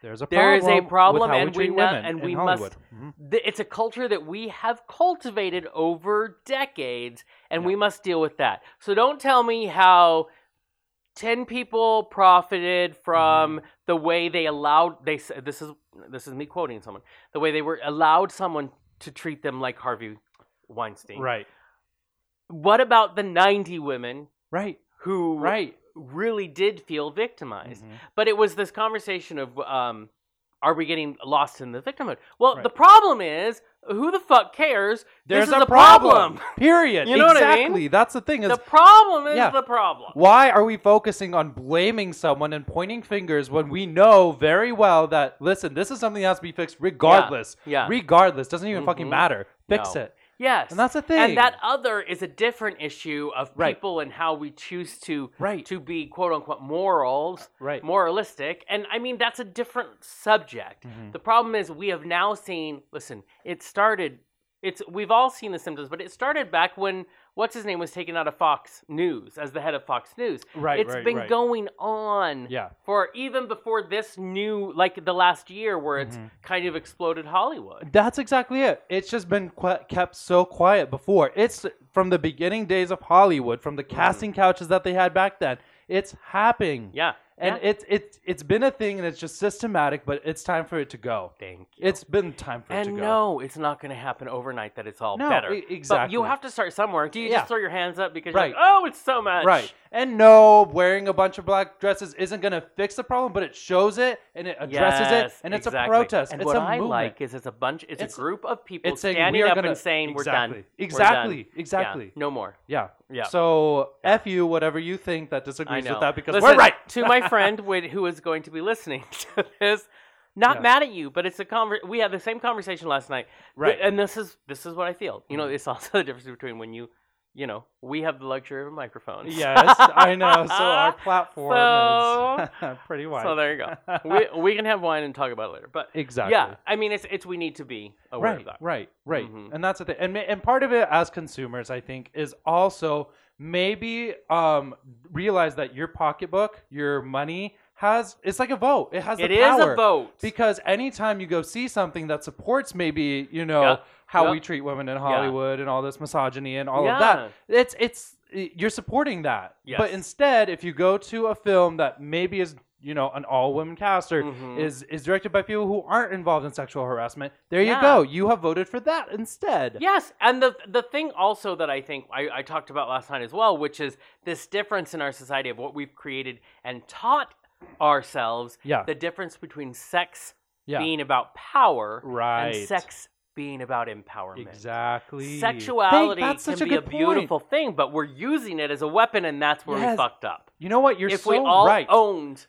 Speaker 1: There's a
Speaker 2: There
Speaker 1: problem.
Speaker 2: is a problem
Speaker 1: with how
Speaker 2: and
Speaker 1: we
Speaker 2: we
Speaker 1: treat
Speaker 2: not-
Speaker 1: women
Speaker 2: and
Speaker 1: in
Speaker 2: we
Speaker 1: Hollywood.
Speaker 2: must-
Speaker 1: Mhm.
Speaker 2: th- it's a culture that we have cultivated over decades, and we must deal with that. So don't tell me how ten people profited from
Speaker 1: Mm-hmm.
Speaker 2: the way they allowed they s- this is this is me quoting someone the way they were allowed someone to treat them like Harvey Weinstein.
Speaker 1: Right,
Speaker 2: What about the ninety women
Speaker 1: right,
Speaker 2: who
Speaker 1: right.
Speaker 2: really did feel victimized?
Speaker 1: Mhm.
Speaker 2: But it was this conversation of, um, are we getting lost in the victimhood? Well,
Speaker 1: Right.
Speaker 2: the problem is, who the fuck cares?
Speaker 1: There's
Speaker 2: this is
Speaker 1: a
Speaker 2: the problem.
Speaker 1: Period.
Speaker 2: You know what I
Speaker 1: exactly.
Speaker 2: mean?
Speaker 1: That's the thing. Is
Speaker 2: The problem is
Speaker 1: Yeah.
Speaker 2: the problem.
Speaker 1: Why are we focusing on blaming someone and pointing fingers when we know very well that listen, this is something that has to be fixed regardless.
Speaker 2: yeah.
Speaker 1: Regardless, doesn't even fucking
Speaker 2: Mhm.
Speaker 1: matter. Fix
Speaker 2: No.
Speaker 1: it.
Speaker 2: Yes.
Speaker 1: And that's the thing.
Speaker 2: And that other is a different issue of
Speaker 1: Right.
Speaker 2: people and how we choose to
Speaker 1: Right.
Speaker 2: to be quote unquote morals,
Speaker 1: Right.
Speaker 2: moralistic. And I mean that's a different subject.
Speaker 1: Mm-hmm.
Speaker 2: The problem is we have now seen listen, it started it's we've all seen the symptoms, but it started back when what's his name was taken out of Fox News as the head of Fox News.
Speaker 1: Right,
Speaker 2: It's
Speaker 1: right,
Speaker 2: been
Speaker 1: right.
Speaker 2: going on
Speaker 1: Yeah.
Speaker 2: for even before this new like the last year where it's
Speaker 1: Mhm.
Speaker 2: kind of exploded Hollywood.
Speaker 1: That's exactly it. It's just been qu- kept so quiet before. It's from
Speaker 2: Mm.
Speaker 1: the beginning days of Hollywood, from the casting couches that they had back then. It's happening.
Speaker 2: Yeah.
Speaker 1: And
Speaker 2: Yeah.
Speaker 1: it's it's it's been a thing and it's just systematic, but it's time for it to go.
Speaker 2: Thank you.
Speaker 1: It's been time for it
Speaker 2: and
Speaker 1: to go.
Speaker 2: no, it's not going to happen overnight. That it's all
Speaker 1: No,
Speaker 2: better.
Speaker 1: e-
Speaker 2: But you
Speaker 1: exactly.
Speaker 2: have to start somewhere. Do you
Speaker 1: Yeah.
Speaker 2: just throw your hands up because
Speaker 1: Right.
Speaker 2: you're like, oh, it's so much?
Speaker 1: Right. And no, wearing a bunch of black dresses isn't going to fix the problem, but it shows it and it addresses
Speaker 2: Yes,
Speaker 1: it and it's
Speaker 2: exactly.
Speaker 1: a protest.
Speaker 2: And
Speaker 1: it's
Speaker 2: what
Speaker 1: a
Speaker 2: I
Speaker 1: movement.
Speaker 2: like is it's a bunch, it's,
Speaker 1: It's-
Speaker 2: a group of people
Speaker 1: it's saying
Speaker 2: standing
Speaker 1: we are
Speaker 2: up
Speaker 1: gonna-
Speaker 2: and saying
Speaker 1: exactly,
Speaker 2: we're done.
Speaker 1: Exactly.
Speaker 2: We're done.
Speaker 1: Exactly.
Speaker 2: Yeah, no more.
Speaker 1: Yeah.
Speaker 2: Yeah.
Speaker 1: So f you, whatever you think that disagrees
Speaker 2: I know.
Speaker 1: with that, because
Speaker 2: Listen,
Speaker 1: we're right.
Speaker 2: to my friend wi- who is going to be listening to this, not
Speaker 1: Yeah.
Speaker 2: mad at you, but it's a conver- We had the same conversation last night,
Speaker 1: Right. Mm-hmm.
Speaker 2: And this is this is what I feel. You know, it's also the difference between when you, you know, we have the luxury of microphones.
Speaker 1: yes, I know. So our platform is pretty wide.
Speaker 2: so there you go. we we can have wine and talk about it later, but
Speaker 1: exactly.
Speaker 2: yeah, I mean, it's it's we need to be aware
Speaker 1: Right,
Speaker 2: of that.
Speaker 1: right, right,
Speaker 2: Mhm.
Speaker 1: and that's the thing. And ma- and part of it as consumers, I think, is also maybe um, realize that your pocketbook, your money has it's like a vote. It has
Speaker 2: It
Speaker 1: the
Speaker 2: is
Speaker 1: power.
Speaker 2: a vote.
Speaker 1: because anytime you go see something that supports maybe you know
Speaker 2: Yeah,
Speaker 1: how
Speaker 2: yeah.
Speaker 1: we treat women in Hollywood and all this misogyny and all
Speaker 2: Yeah.
Speaker 1: of that, it's it's you're supporting that.
Speaker 2: Yes.
Speaker 1: But instead, if you go to a film that maybe is you know an all woman cast or
Speaker 2: Mhm.
Speaker 1: is is directed by people who aren't involved in sexual harassment, there
Speaker 2: Yeah.
Speaker 1: you go. You have voted for that instead.
Speaker 2: Yes, and the the thing also that I think I, I talked about last night as well, which is this difference in our society of what we've created and taught ourselves.
Speaker 1: Yeah.
Speaker 2: The difference between sex
Speaker 1: Yeah.
Speaker 2: being about power
Speaker 1: Right.
Speaker 2: and sex being about empowerment.
Speaker 1: exactly.
Speaker 2: Sexuality
Speaker 1: Thank- that's such
Speaker 2: can
Speaker 1: a
Speaker 2: be a
Speaker 1: good point.
Speaker 2: beautiful thing, but we're using it as a weapon, and that's where we
Speaker 1: Yes.
Speaker 2: fucked up.
Speaker 1: You know what? You're
Speaker 2: if
Speaker 1: so
Speaker 2: we all
Speaker 1: right.
Speaker 2: owned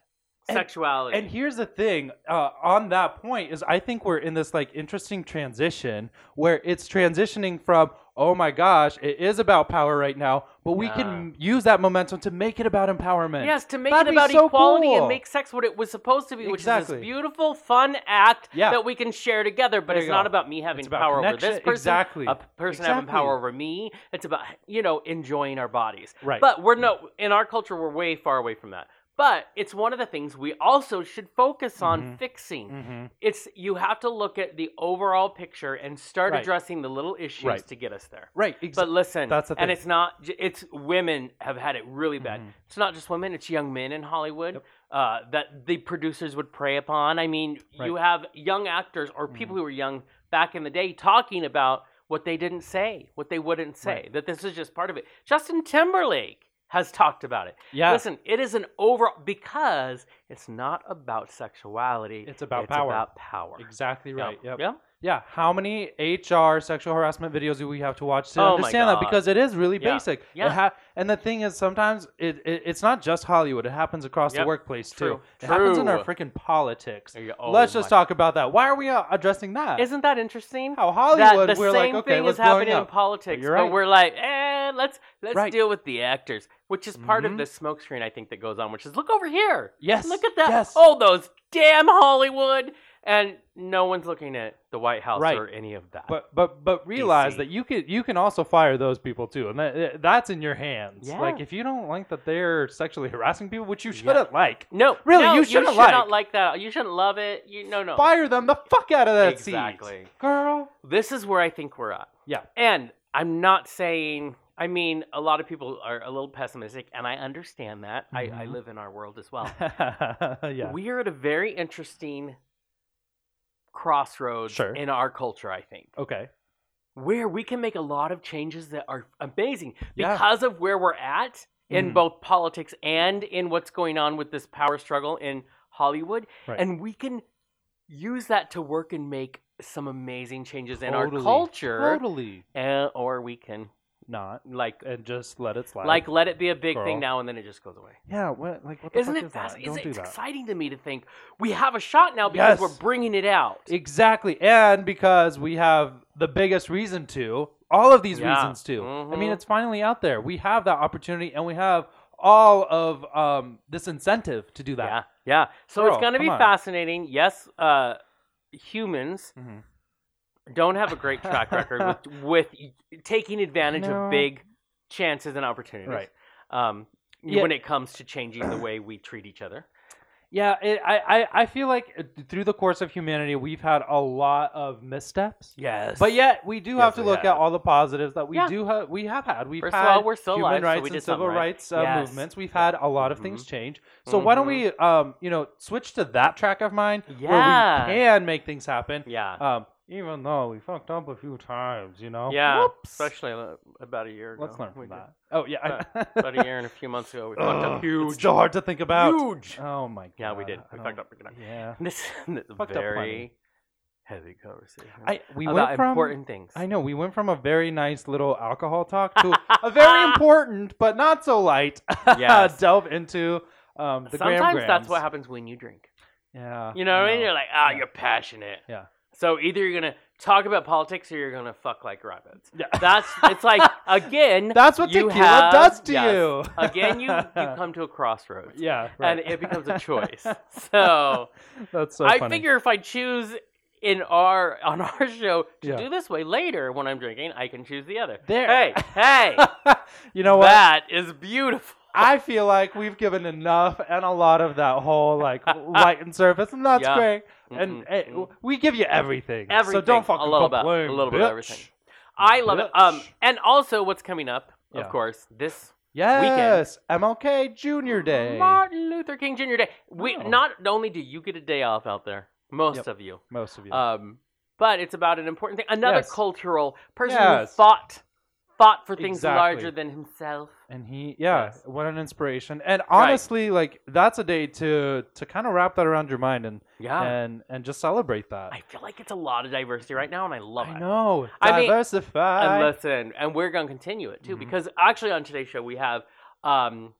Speaker 1: And-
Speaker 2: sexuality,
Speaker 1: And here's the thing uh, on that point is I think we're in this like interesting transition where it's transitioning from oh my gosh it is about power right now, but we can use that momentum to make it about empowerment.
Speaker 2: Yes, to make
Speaker 1: That'd
Speaker 2: it
Speaker 1: be
Speaker 2: about
Speaker 1: so
Speaker 2: equality
Speaker 1: cool.
Speaker 2: and make sex what it was supposed to be, which is
Speaker 1: Exactly.
Speaker 2: this beautiful, fun act
Speaker 1: Yeah.
Speaker 2: that we can share together. But
Speaker 1: There
Speaker 2: it's
Speaker 1: you
Speaker 2: not
Speaker 1: go.
Speaker 2: about me having
Speaker 1: It's about
Speaker 2: power over
Speaker 1: connection.
Speaker 2: this person,
Speaker 1: Exactly.
Speaker 2: a p- person having
Speaker 1: Exactly.
Speaker 2: power over me. It's about you know enjoying our bodies.
Speaker 1: Right.
Speaker 2: But we're no in our culture we're way far away from that. But it's one of the things we also should focus on
Speaker 1: Mhm.
Speaker 2: fixing.
Speaker 1: Mhm.
Speaker 2: It's you have to look at the overall picture and start
Speaker 1: Right.
Speaker 2: addressing the little issues
Speaker 1: Right.
Speaker 2: to get us there.
Speaker 1: Right. Ex-
Speaker 2: But listen,
Speaker 1: That's the
Speaker 2: Mm-hmm. and
Speaker 1: thing.
Speaker 2: it's not. j- It's women have had it really bad.
Speaker 1: Mhm.
Speaker 2: It's not just women; it's young men in Hollywood uh, that the producers would prey upon. I mean, you
Speaker 1: Right. Mm-hmm.
Speaker 2: have young actors or people who were young back in the day talking about what they didn't say, what they wouldn't say.
Speaker 1: Right.
Speaker 2: That this is just part of it. Justin Timberlake has talked about it.
Speaker 1: yeah.
Speaker 2: Listen, it is an overall because it's not about sexuality.
Speaker 1: It's about power.
Speaker 2: about power.
Speaker 1: Exactly
Speaker 2: Yeah.
Speaker 1: right. Yep.
Speaker 2: Yeah.
Speaker 1: Yeah. How many HR sexual harassment videos do we have to watch to
Speaker 2: Oh my
Speaker 1: understand that?
Speaker 2: God.
Speaker 1: Because it is really
Speaker 2: Yeah.
Speaker 1: basic. It
Speaker 2: Yeah.
Speaker 1: ha- and the thing is, sometimes it, it it's not just Hollywood. It happens across
Speaker 2: Yep.
Speaker 1: the workplace
Speaker 2: True.
Speaker 1: too. It happens in our
Speaker 2: True.
Speaker 1: freaking politics.
Speaker 2: There you go. Oh
Speaker 1: let's just
Speaker 2: my-
Speaker 1: talk about that. Why are we uh, addressing that?
Speaker 2: Isn't that interesting?
Speaker 1: How
Speaker 2: that
Speaker 1: Hollywood,
Speaker 2: the
Speaker 1: Oh, we're
Speaker 2: same
Speaker 1: like, okay,
Speaker 2: thing
Speaker 1: let's
Speaker 2: is happening
Speaker 1: blowing
Speaker 2: in
Speaker 1: up.
Speaker 2: politics,
Speaker 1: you're
Speaker 2: but
Speaker 1: right.
Speaker 2: we're like, eh, let's let's
Speaker 1: Right.
Speaker 2: deal with the actors, which is part
Speaker 1: Mhm.
Speaker 2: of the smokescreen I think that goes on, which is look over here,
Speaker 1: Yes.
Speaker 2: look at that,
Speaker 1: Yes.
Speaker 2: oh those damn Hollywood, and no one's looking at the White House
Speaker 1: Right.
Speaker 2: or any of that.
Speaker 1: But but but realize
Speaker 2: DC.
Speaker 1: that you can you can also fire those people too, and that, eh, that's in your hands.
Speaker 2: Yeah.
Speaker 1: Like if you don't like that they're sexually harassing people, which you
Speaker 2: Yeah.
Speaker 1: shouldn't like,
Speaker 2: no,
Speaker 1: Really,
Speaker 2: no,
Speaker 1: you
Speaker 2: should
Speaker 1: shouldn't
Speaker 2: not
Speaker 1: like-
Speaker 2: like that. You shouldn't love it. You no no.
Speaker 1: fire them the fuck out of that seat,
Speaker 2: Exactly.
Speaker 1: girl.
Speaker 2: This is where I think we're at.
Speaker 1: Yeah.
Speaker 2: And I'm not saying, I mean, a lot of people are a little pessimistic, and I understand that. I, I
Speaker 1: Mhm.
Speaker 2: live in our world as well.
Speaker 1: yeah.
Speaker 2: we are at a very interesting crossroads
Speaker 1: Sure.
Speaker 2: in our culture, I think,
Speaker 1: okay.
Speaker 2: where we can make a lot of changes that are amazing
Speaker 1: Yeah.
Speaker 2: because of where we're at in
Speaker 1: Mhm.
Speaker 2: both politics and in what's going on with this power struggle in Hollywood.
Speaker 1: Right.
Speaker 2: And we can use that to work and make some amazing changes in our
Speaker 1: Totally.
Speaker 2: culture.
Speaker 1: Totally
Speaker 2: And, or we can,
Speaker 1: not,
Speaker 2: like,
Speaker 1: and just let it slide.
Speaker 2: like let it be a big thing
Speaker 1: Girl.
Speaker 2: now and then it just goes away.
Speaker 1: yeah. What, like what the
Speaker 2: Isn't
Speaker 1: fuck
Speaker 2: it
Speaker 1: is that?
Speaker 2: fascinating?
Speaker 1: Don't do
Speaker 2: It's
Speaker 1: that.
Speaker 2: exciting to me to think we have a shot now
Speaker 1: Yes.
Speaker 2: because we're bringing it out.
Speaker 1: Exactly. And because we have the biggest reason to, all of these
Speaker 2: Yeah.
Speaker 1: reasons to. I mean,
Speaker 2: Mhm.
Speaker 1: it's finally out there. We have that opportunity and we have all of um, this incentive to do
Speaker 2: yeah,
Speaker 1: that.
Speaker 2: yeah. So it's
Speaker 1: Girl,
Speaker 2: going to be
Speaker 1: come on.
Speaker 2: fascinating. Yes, uh, humans
Speaker 1: Mhm.
Speaker 2: don't have a great track record with, with taking advantage
Speaker 1: No.
Speaker 2: of big chances and opportunities.
Speaker 1: Right.
Speaker 2: Um,
Speaker 1: Yeah.
Speaker 2: When it comes to changing the way we treat each other.
Speaker 1: Yeah, it, I, I, I feel like uh, through the course of humanity, we've had a lot of missteps.
Speaker 2: Yes.
Speaker 1: But yet, we do
Speaker 3: Yes,
Speaker 1: have to
Speaker 3: we
Speaker 1: look
Speaker 3: have.
Speaker 1: at all the positives that we
Speaker 2: Yeah.
Speaker 1: do have. We have had. We've
Speaker 2: First of
Speaker 1: had
Speaker 2: all, we're still
Speaker 1: human
Speaker 2: alive, so
Speaker 1: rights
Speaker 2: we did
Speaker 1: and civil
Speaker 2: something right.
Speaker 1: rights uh,
Speaker 2: Yes. Mm-hmm.
Speaker 1: movements. We've had a lot of
Speaker 2: Mhm.
Speaker 1: things change. So why don't we, um, you know, switch to that track of mine
Speaker 2: Yeah.
Speaker 1: where we can make things happen.
Speaker 2: yeah.
Speaker 1: Um, even though we fucked up a few times, you know.
Speaker 2: Yeah.
Speaker 1: Whoops.
Speaker 2: Especially uh, about a year ago.
Speaker 1: Let's learn
Speaker 2: we
Speaker 1: from
Speaker 2: did.
Speaker 1: that. Oh yeah. I-
Speaker 2: About a year and a few months ago, we fucked
Speaker 1: Ugh,
Speaker 2: up huge.
Speaker 1: It's so hard to think about.
Speaker 2: Huge.
Speaker 1: Oh my god.
Speaker 2: Yeah, we did.
Speaker 1: I
Speaker 2: We
Speaker 1: don't-
Speaker 2: fucked up. big time.
Speaker 1: Yeah.
Speaker 2: This is a
Speaker 1: Fucked up
Speaker 2: very
Speaker 1: plenty.
Speaker 2: heavy conversation.
Speaker 1: I we
Speaker 2: about
Speaker 1: went from
Speaker 2: important things.
Speaker 1: I know we went from a very nice little alcohol talk to a very important but not so light uh,
Speaker 2: Yes.
Speaker 1: delve into um, the
Speaker 2: Sometimes
Speaker 1: gram-grams.
Speaker 2: that's what happens when you drink.
Speaker 1: Yeah.
Speaker 2: You know what I mean? You're like, ah,
Speaker 1: Yeah.
Speaker 2: you're passionate.
Speaker 1: Yeah.
Speaker 2: So either you're gonna talk about politics or you're gonna fuck like rabbits.
Speaker 1: Yeah.
Speaker 2: That's it's like again,
Speaker 1: That's what
Speaker 2: you
Speaker 1: tequila
Speaker 2: have-
Speaker 1: does to
Speaker 2: yes.
Speaker 1: you.
Speaker 2: again you you come to a crossroads.
Speaker 1: yeah. Right.
Speaker 2: And it becomes a choice. So
Speaker 1: that's so
Speaker 2: I
Speaker 1: funny.
Speaker 2: figure if I choose in our on our show to
Speaker 1: Yeah.
Speaker 2: do this way later when I'm drinking, I can choose the other.
Speaker 1: There.
Speaker 2: Hey, hey,
Speaker 1: you know what?
Speaker 2: that is beautiful.
Speaker 1: I feel like we've given enough and a lot of that whole like light and surface, and that's
Speaker 2: Yeah.
Speaker 1: great. And
Speaker 2: Mm-mm,
Speaker 1: eh,
Speaker 2: mm-mm.
Speaker 1: we give you everything, so
Speaker 2: Everything.
Speaker 1: don't fucking
Speaker 2: A little bit.
Speaker 1: complain.
Speaker 2: A little bit
Speaker 1: bitch.
Speaker 2: of everything. I love it. Um,
Speaker 1: Bitch.
Speaker 2: and also what's coming up,
Speaker 1: Yeah.
Speaker 2: of course, this
Speaker 1: Yes, MLK Junior Day.
Speaker 2: Martin Luther King Jr. Day. We
Speaker 1: Oh.
Speaker 2: not only do you get a day off out there, most
Speaker 1: Yep.
Speaker 2: of you,
Speaker 1: Most of you.
Speaker 2: um, but it's about an important thing. Another
Speaker 1: Yes.
Speaker 2: cultural person who
Speaker 1: Yes.
Speaker 2: fought fought for things
Speaker 1: Exactly.
Speaker 2: larger than himself.
Speaker 1: and he, yeah,
Speaker 2: yes.
Speaker 1: what an inspiration. And honestly, like that's a day to to kind of wrap that around your mind and
Speaker 2: Yeah.
Speaker 1: and and just celebrate that.
Speaker 2: Ah. I feel like it's a lot of diversity right now, and I love
Speaker 1: I
Speaker 2: it.
Speaker 1: know.
Speaker 2: I mean-
Speaker 1: Diversify.
Speaker 2: And listen, and we're gonna continue it too
Speaker 1: Mhm.
Speaker 2: because actually on today's show we have um,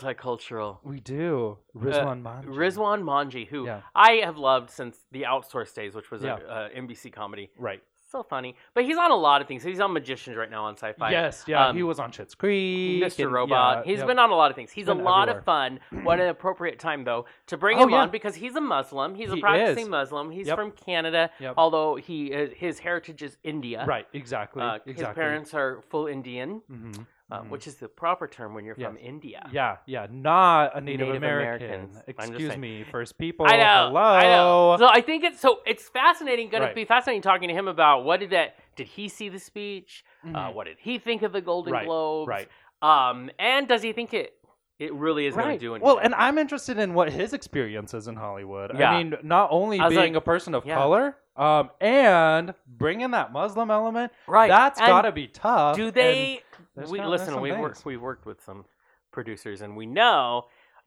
Speaker 2: multicultural
Speaker 1: we do. Rizwan Manji.
Speaker 2: Uh, Rizwan Manji, who
Speaker 1: Yeah.
Speaker 2: I have loved since the Outsource days, which was
Speaker 1: Yeah.
Speaker 2: a, uh, a NBC comedy.
Speaker 1: Right.
Speaker 2: So funny, but he's on a lot of things. He's on Magicians right now on Sci-Fi.
Speaker 1: Yes. Yeah.
Speaker 2: Um,
Speaker 1: he was on Schitt's Creek.
Speaker 2: Mr.
Speaker 1: and-
Speaker 2: Robot.
Speaker 1: yeah,
Speaker 2: He's
Speaker 1: yep.
Speaker 2: been on a lot of things. He's a
Speaker 1: Been
Speaker 2: lot
Speaker 1: everywhere.
Speaker 2: of fun. What an appropriate time, though, to bring
Speaker 1: Oh,
Speaker 2: him
Speaker 1: yeah.
Speaker 2: on because he's a Muslim. He's a
Speaker 1: He
Speaker 2: practicing
Speaker 1: is.
Speaker 2: Muslim. He's
Speaker 1: Yep.
Speaker 2: from Canada,
Speaker 1: Yep.
Speaker 2: although he uh, his heritage is India.
Speaker 1: Right, exactly.
Speaker 2: Uh,
Speaker 1: exactly.
Speaker 2: His parents are full Indian,
Speaker 1: hmm
Speaker 2: uh,
Speaker 1: Mhm.
Speaker 2: which is the proper term when you're from
Speaker 1: Yes.
Speaker 2: India.
Speaker 1: Yeah, yeah. Not a Native,
Speaker 2: Native
Speaker 1: American.
Speaker 2: Americans. I'm just
Speaker 1: Excuse
Speaker 2: saying.
Speaker 1: me, First People.
Speaker 2: I know.
Speaker 1: Hello.
Speaker 2: I know. So I think it's so it's fascinating. Going to
Speaker 1: Right.
Speaker 2: be fascinating talking to him about what did that did he see the speech? Uh,
Speaker 1: Mhm.
Speaker 2: what did he think of the Golden
Speaker 1: Right,
Speaker 2: Globes?
Speaker 1: right.
Speaker 2: Um, and does he think it it really is going
Speaker 1: Right.
Speaker 2: to do anything?
Speaker 1: Well, and I'm interested in what his experience is in Hollywood.
Speaker 2: Yeah.
Speaker 1: I mean, not only
Speaker 2: I was
Speaker 1: being a
Speaker 2: like-
Speaker 1: person of
Speaker 2: yeah.
Speaker 1: color, um, and bringing that Muslim element.
Speaker 2: right.
Speaker 1: That's
Speaker 2: And
Speaker 1: gotta be tough.
Speaker 2: Do
Speaker 1: and-
Speaker 2: they?
Speaker 1: there's
Speaker 2: We
Speaker 1: gotta- there's
Speaker 2: listen.
Speaker 1: some
Speaker 2: We've worked,
Speaker 1: things.
Speaker 2: we've worked with some producers, and we know.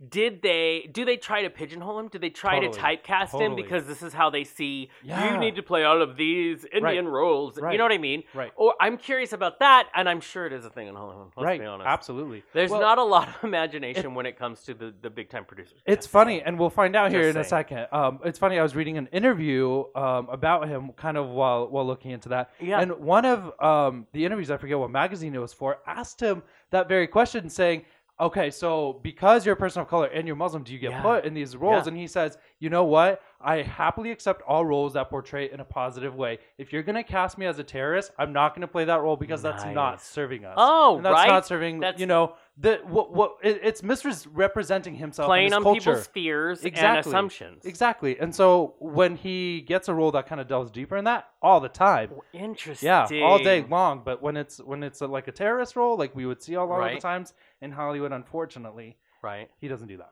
Speaker 2: Did they? Do they try to pigeonhole him? Do they try to
Speaker 1: Totally.
Speaker 2: typecast him
Speaker 1: Totally.
Speaker 2: because this is how they see
Speaker 1: Yeah.
Speaker 2: you need to play all of these Indian roles? You
Speaker 1: Right.
Speaker 2: know what I mean?
Speaker 1: Right.
Speaker 2: Or Oh, I'm curious about that, and I'm sure it is a thing in Hollywood. Let's
Speaker 1: right.
Speaker 2: be honest.
Speaker 1: Absolutely.
Speaker 2: There's
Speaker 1: Well,
Speaker 2: not a lot of imagination when it comes to the, the big time producers.
Speaker 1: It's funny, and we'll find out here
Speaker 2: Just
Speaker 1: in a
Speaker 2: saying.
Speaker 1: second. Um, it's funny. I was reading an interview um, about him, kind of while while looking into that.
Speaker 2: Yeah.
Speaker 1: And one of um, the interviews, I forget what magazine it was for, asked him that very question, saying, "Okay, so because you're a person of color and you're Muslim, do you get
Speaker 2: Yeah.
Speaker 1: put in these roles?"
Speaker 2: Yeah.
Speaker 1: And he says, "You know what? I happily accept all roles that portray in a positive way. If you're gonna cast me as a terrorist, I'm not gonna play that role because that's not
Speaker 2: Nice.
Speaker 1: serving us.
Speaker 2: Oh,
Speaker 1: and that's
Speaker 2: right.
Speaker 1: not serving.
Speaker 2: That's-
Speaker 1: you know." The, what, what, it, it's misrepresenting himself and
Speaker 2: playing
Speaker 1: his
Speaker 2: on
Speaker 1: culture.
Speaker 2: people's fears and
Speaker 1: Exactly.
Speaker 2: assumptions.
Speaker 1: Exactly. And so when he gets a role that kind of delves deeper in that, all the time.
Speaker 2: Interesting.
Speaker 1: Yeah, all day long. But when it's when it's a, like a terrorist role, like we would see a lot of
Speaker 2: Right.
Speaker 1: the times in Hollywood, unfortunately,
Speaker 2: Right.
Speaker 1: he doesn't do that.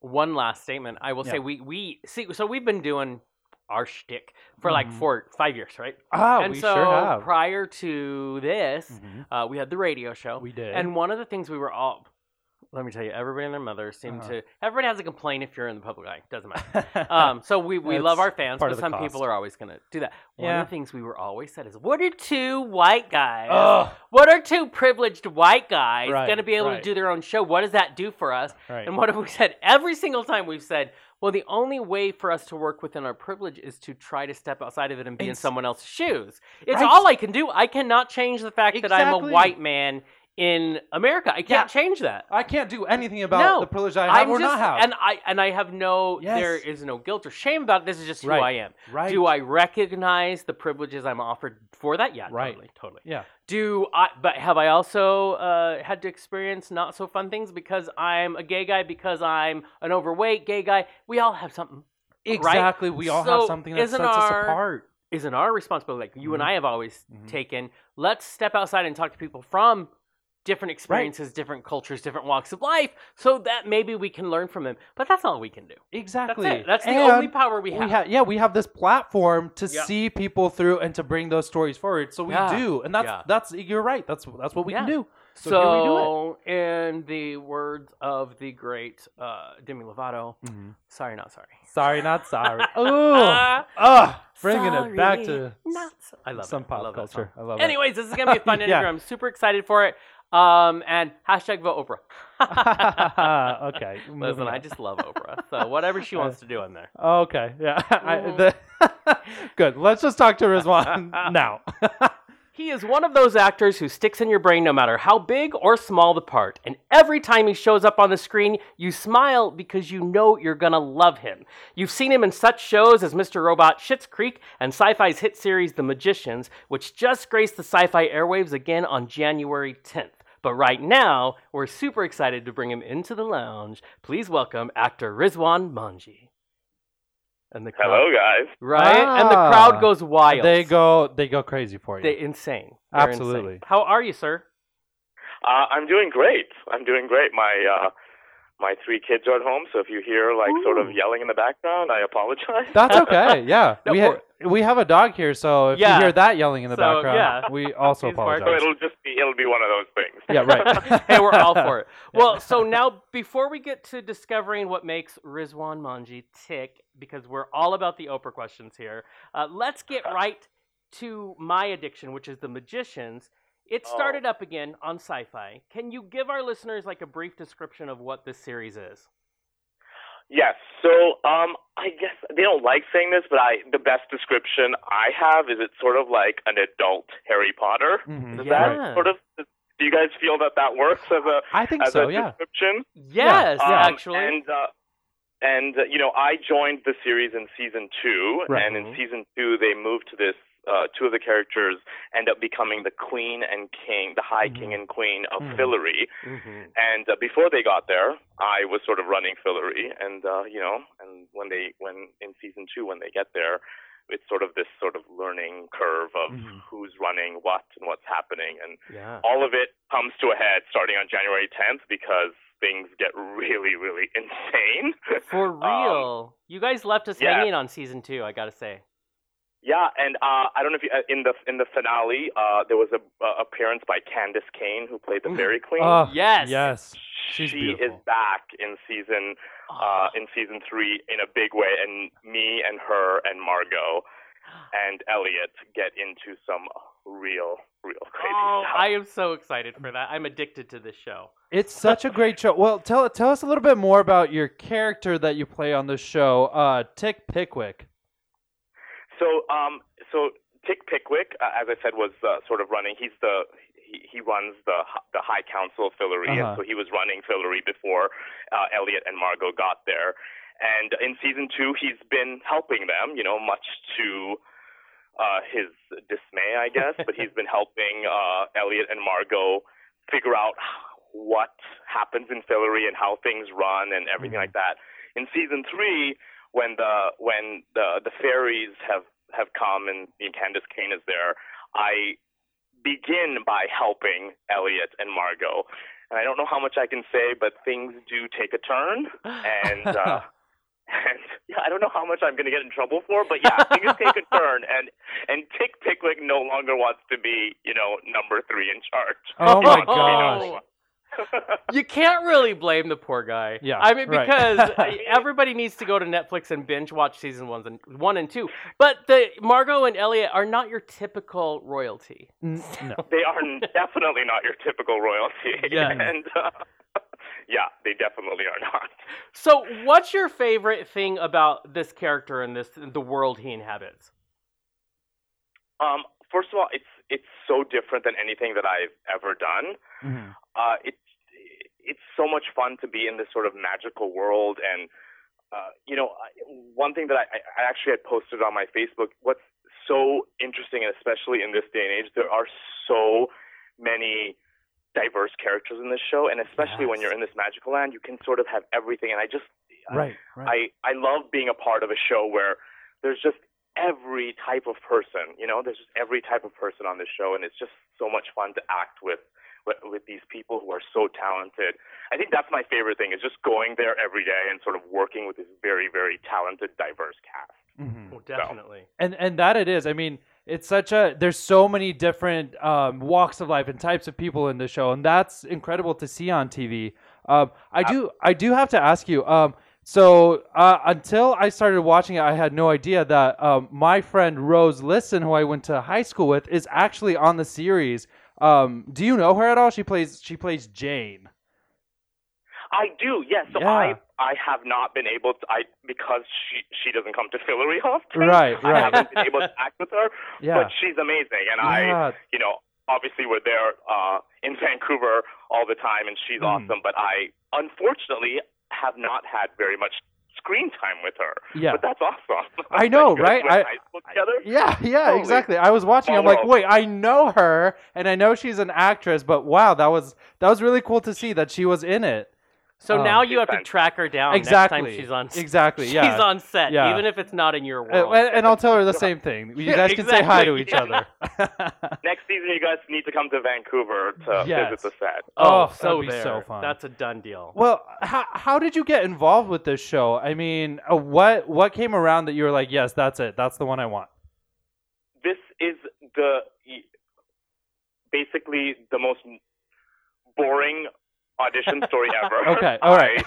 Speaker 2: One last statement. I will
Speaker 1: Yeah.
Speaker 2: say we we see. So we've been doing our shtick for like
Speaker 1: Mhm.
Speaker 2: four five years, right?
Speaker 1: Ah,
Speaker 2: and
Speaker 1: we
Speaker 2: so
Speaker 1: sure have.
Speaker 2: prior to this,
Speaker 1: Mhm.
Speaker 2: uh, we had the radio show.
Speaker 1: We did.
Speaker 2: And one of the things we were all. Let me tell you, everybody and their mother seemed
Speaker 1: Uh-huh.
Speaker 2: to. Everybody has a complaint if you're in the public eye. Doesn't matter. um, so we, we
Speaker 1: That's
Speaker 2: love our fans,
Speaker 1: part
Speaker 2: but
Speaker 1: of the
Speaker 2: some
Speaker 1: cost.
Speaker 2: people are always going to do that. One
Speaker 1: Yeah.
Speaker 2: of the things we were always said is, what are two white guys?
Speaker 1: Ugh.
Speaker 2: what are two privileged white guys
Speaker 1: Right,
Speaker 2: going to be able to
Speaker 1: right.
Speaker 2: do their own show? What does that do for us?
Speaker 1: Right.
Speaker 2: And what have we said? Every single time we've said, well, the only way for us to work within our privilege is to try to step outside of it and be in
Speaker 1: It's-
Speaker 2: someone else's shoes. It's
Speaker 1: Right.
Speaker 2: all I can do. I cannot change the fact that I'm a
Speaker 1: Exactly.
Speaker 2: white man in America. I can't
Speaker 1: Yeah.
Speaker 2: change that.
Speaker 1: I can't do anything about
Speaker 2: No,
Speaker 1: the privilege I have
Speaker 2: I'm
Speaker 1: or
Speaker 2: just,
Speaker 1: not have.
Speaker 2: and I and I have no.
Speaker 1: Yes.
Speaker 2: There is no guilt or shame about it. This is just who
Speaker 1: Right.
Speaker 2: I am.
Speaker 1: right.
Speaker 2: Do I recognize the privileges I'm offered for that? Yeah,
Speaker 1: Right.
Speaker 2: totally, totally.
Speaker 1: Yeah.
Speaker 2: Do I? But have I also uh, had to experience not so fun things because I'm a gay guy? Because I'm an overweight gay guy? We all have something.
Speaker 1: Exactly. We all
Speaker 2: So
Speaker 1: have something that
Speaker 2: isn't
Speaker 1: sets
Speaker 2: our-
Speaker 1: us apart.
Speaker 2: Isn't our responsibility? Like you and
Speaker 1: Mhm.
Speaker 2: I have always
Speaker 1: Mhm.
Speaker 2: taken. Let's step outside and talk to people from different experiences, different cultures, different walks of life, so that maybe we can learn from them. But that's all we can do.
Speaker 1: Exactly.
Speaker 2: That's it. That's the
Speaker 1: And
Speaker 2: only power we
Speaker 1: we
Speaker 2: have.
Speaker 1: ha- yeah, we have this platform to
Speaker 2: Yeah.
Speaker 1: see people through and to bring those stories forward. So we
Speaker 2: Yeah.
Speaker 1: do, and that's
Speaker 2: Yeah.
Speaker 1: that's you're right. That's that's what we can
Speaker 2: Yeah.
Speaker 1: do.
Speaker 2: So,
Speaker 1: So here we do it.
Speaker 2: in the words of the great uh, Demi Lovato, sorry, not sorry.
Speaker 1: Sorry, not sorry. Ooh,
Speaker 2: Ah,
Speaker 1: ugh, bringing it back
Speaker 2: sorry,
Speaker 1: to
Speaker 2: not so- I love
Speaker 1: some
Speaker 2: it. I
Speaker 1: pop
Speaker 2: love that
Speaker 1: culture.
Speaker 2: song.
Speaker 1: I love
Speaker 2: Anyways, this is gonna be a fun
Speaker 1: Yeah.
Speaker 2: interview. I'm super excited for it. Um, and hashtag vote Oprah.
Speaker 1: it. okay,
Speaker 2: Listen,
Speaker 1: moving
Speaker 2: I
Speaker 1: on.
Speaker 2: just love Oprah. So whatever she wants to do, I'm there.
Speaker 1: Okay, yeah. I-
Speaker 2: Mhm.
Speaker 1: the- good. Let's just talk to Rizwan now.
Speaker 2: He is one of those actors who sticks in your brain no matter how big or small the part. And every time he shows up on the screen, you smile because you know you're gonna love him. You've seen him in such shows as Mr. Robot, Schitt's Creek, and sci fi's hit series The Magicians, which just graced the sci fi airwaves again on January 10th. But right now, we're super excited to bring him into the lounge. Please welcome actor Rizwan Manji. And the crowd,
Speaker 4: Hello, guys.
Speaker 2: Right? And the
Speaker 1: Ah.
Speaker 2: crowd goes wild.
Speaker 1: they go, they go crazy for you.
Speaker 2: They insane. They're insane.
Speaker 1: Absolutely.
Speaker 2: How are you, sir?
Speaker 4: Uh, I'm doing great. I'm doing great. My uh, my three kids are at home, so if you hear like sort
Speaker 2: Ooh.
Speaker 4: of yelling in the background, I apologize.
Speaker 1: That's okay. Yeah,
Speaker 2: No,
Speaker 1: we ha- we have a dog here, so if
Speaker 2: Yeah.
Speaker 1: you hear that yelling in the
Speaker 2: So,
Speaker 1: background,
Speaker 2: yeah.
Speaker 1: we also
Speaker 2: He's barking.
Speaker 1: apologize.
Speaker 4: so it'll just be it'll be one of those things.
Speaker 1: Yeah, right.
Speaker 2: hey, we're all for it. Well, so now before we get to discovering what makes Rizwan Manji tick, because we're all about the Oprah questions here, uh, let's get right to my addiction, which is The Magicians. It
Speaker 4: Oh.
Speaker 2: started up again on sci fi. Can you give our listeners like a brief description of what this series is?
Speaker 4: Yes. So um, I guess they don't like saying this, but I the best description I have is it's sort of like an adult Harry Potter.
Speaker 1: Mhm.
Speaker 4: Does
Speaker 2: Yeah.
Speaker 4: that sort of do you guys feel that that works as a
Speaker 1: I think
Speaker 4: as
Speaker 1: so.
Speaker 4: a
Speaker 1: Yeah.
Speaker 4: description?
Speaker 2: Yes,
Speaker 1: Yeah.
Speaker 4: Um,
Speaker 2: actually.
Speaker 4: And, uh, and uh, you know, I joined the series in season two,
Speaker 1: Right.
Speaker 4: and in season two, they moved to this. Uh, two of the characters end up becoming the queen and king, the high
Speaker 1: Mhm.
Speaker 4: king and queen of
Speaker 1: Mhm.
Speaker 4: Fillory.
Speaker 2: Mm-hmm.
Speaker 4: And uh, before they got there, I was sort of running Fillory, and uh, you know, and when they, when in season two, when they get there, it's sort of this sort of learning curve of
Speaker 1: Mhm.
Speaker 4: who's running what and what's happening, and
Speaker 2: Yeah.
Speaker 4: all of it comes to a head starting on January 10th because things get really, really insane.
Speaker 2: For real. you guys left us
Speaker 4: yeah.
Speaker 2: hanging on season two, I gotta say.
Speaker 4: yeah, and uh, I don't know if you, uh, in the in the finale uh, there was a uh, appearance by Candace Kane who played the
Speaker 2: Ooh.
Speaker 4: Fairy Queen.
Speaker 1: Oh,
Speaker 2: Yes.
Speaker 1: Yes. She's
Speaker 4: she is
Speaker 1: beautiful.
Speaker 4: back in season uh, in season three in a big way, and me and her and Margot and Elliot get into some real, real crazy
Speaker 2: Oh,
Speaker 4: stuff.
Speaker 2: I am so excited for that. I'm addicted to this show.
Speaker 1: It's such a great show. Well, tell tell us a little bit more about your character that you play on the show, uh, Tick Pickwick.
Speaker 4: So, um, so Tick Pickwick, uh, as I said, was uh, sort of running. He's the he, he runs the h- the High Council of Fillory,
Speaker 1: Uh-huh.
Speaker 4: and so he was running Fillory before uh, Elliot and Margot got there. And in season two, he's been helping them, you know, much to uh, his dismay, I guess. but he's been helping uh, Elliot and Margot figure out what happens in Fillory and how things run and everything
Speaker 1: Mhm.
Speaker 4: like that. In season three, when the when the the fairies have have come and you know, Candace Kane is there, I begin by helping Elliot and Margot. And I don't know how much I can say, but things do take a turn, and uh, and yeah, I don't know how much I'm going to get in trouble for, but yeah, things take a turn, and and Tick Pickwick no longer wants to be, you know, number three in charge.
Speaker 1: Oh
Speaker 4: He
Speaker 1: my
Speaker 4: wants to be number
Speaker 1: gosh.
Speaker 4: one.
Speaker 2: You can't really blame the poor guy.
Speaker 1: Yeah,
Speaker 2: I mean,
Speaker 1: right.
Speaker 2: because everybody needs to go to Netflix and binge watch season ones and one and two. But the Margot and Elliot are not your typical royalty.
Speaker 1: N- no.
Speaker 4: they are definitely not your typical royalty.
Speaker 2: Yeah.
Speaker 4: And uh, yeah, they definitely are not.
Speaker 2: So, what's your favorite thing about this character and this the world he inhabits?
Speaker 4: Um, first of all, it's it's so different than anything that I've ever done.
Speaker 1: Mhm.
Speaker 4: Uh, it's it's so much fun to be in this sort of magical world, and uh, you know, I, one thing that I, I actually had posted on my Facebook. What's so interesting, and especially in this day and age, there are so many diverse characters in this show, and especially when
Speaker 1: Yes.
Speaker 4: you're in this magical land, you can sort of have everything. And I just I-
Speaker 1: Right. Right.
Speaker 4: I, I love being a part of a show where there's just every type of person, you know, there's just every type of person on this show, and it's just so much fun to act with, with with these people who are so talented. I think that's my favorite thing is just going there every day and sort of working with this very, very talented, diverse cast.
Speaker 1: Mhm.
Speaker 2: Well, definitely.
Speaker 1: and and that it is i mean it's such a there's so many different um, walks of life and types of people in the show and that's incredible to see on tv um, i do i do have to ask you um, so uh, until i started watching it i had no idea that um, my friend rose listen who i went to high school with is actually on the series um, do you know her at all she plays she plays jane
Speaker 4: I do, yes. So
Speaker 1: Yeah.
Speaker 4: I I have not been able to I because she she doesn't come to Fillory often.
Speaker 1: right
Speaker 4: I
Speaker 1: right
Speaker 4: haven't been able to act with her,
Speaker 1: yeah
Speaker 4: but she's amazing, and I
Speaker 1: yeah
Speaker 4: you know, obviously we're there uh, in Vancouver all the time, and she's
Speaker 1: Mhm.
Speaker 4: awesome. But I unfortunately have not had very much screen time with her.
Speaker 1: yeah
Speaker 4: But that's awesome.
Speaker 1: I know,
Speaker 4: Because
Speaker 1: right?
Speaker 4: we're
Speaker 1: I-
Speaker 4: in high school together.
Speaker 1: Yeah, yeah,
Speaker 4: Totally.
Speaker 1: exactly. I was watching. I'm
Speaker 4: Small
Speaker 1: like, wait,
Speaker 4: world.
Speaker 1: I know her, and I know she's an actress, but wow, that was that was really cool to see that she was in it.
Speaker 2: So
Speaker 1: Oh.
Speaker 2: now you have to
Speaker 4: Defense.
Speaker 2: track her down
Speaker 1: exactly.
Speaker 2: Oh, next time she's on.
Speaker 1: Exactly. Yeah.
Speaker 2: She's on set,
Speaker 1: Yeah.
Speaker 2: even if it's not in your
Speaker 1: Uh,
Speaker 2: world.
Speaker 1: and, and I'll tell her the same thing. You
Speaker 2: Yeah,
Speaker 1: guys can say hi
Speaker 2: exactly.
Speaker 1: to each other.
Speaker 4: Next season, you guys need to come to Vancouver to
Speaker 1: Yes.
Speaker 4: visit the set.
Speaker 1: Oh, that'd
Speaker 2: so
Speaker 1: be
Speaker 2: there.
Speaker 1: so fun.
Speaker 2: That's a done deal.
Speaker 1: well, how, how did you get involved with this show? I mean, uh, what what came around that you were like, yes, that's it, that's the one I want.
Speaker 4: This is the basically the most boring audition story ever.
Speaker 1: Okay, all
Speaker 4: I-
Speaker 1: right.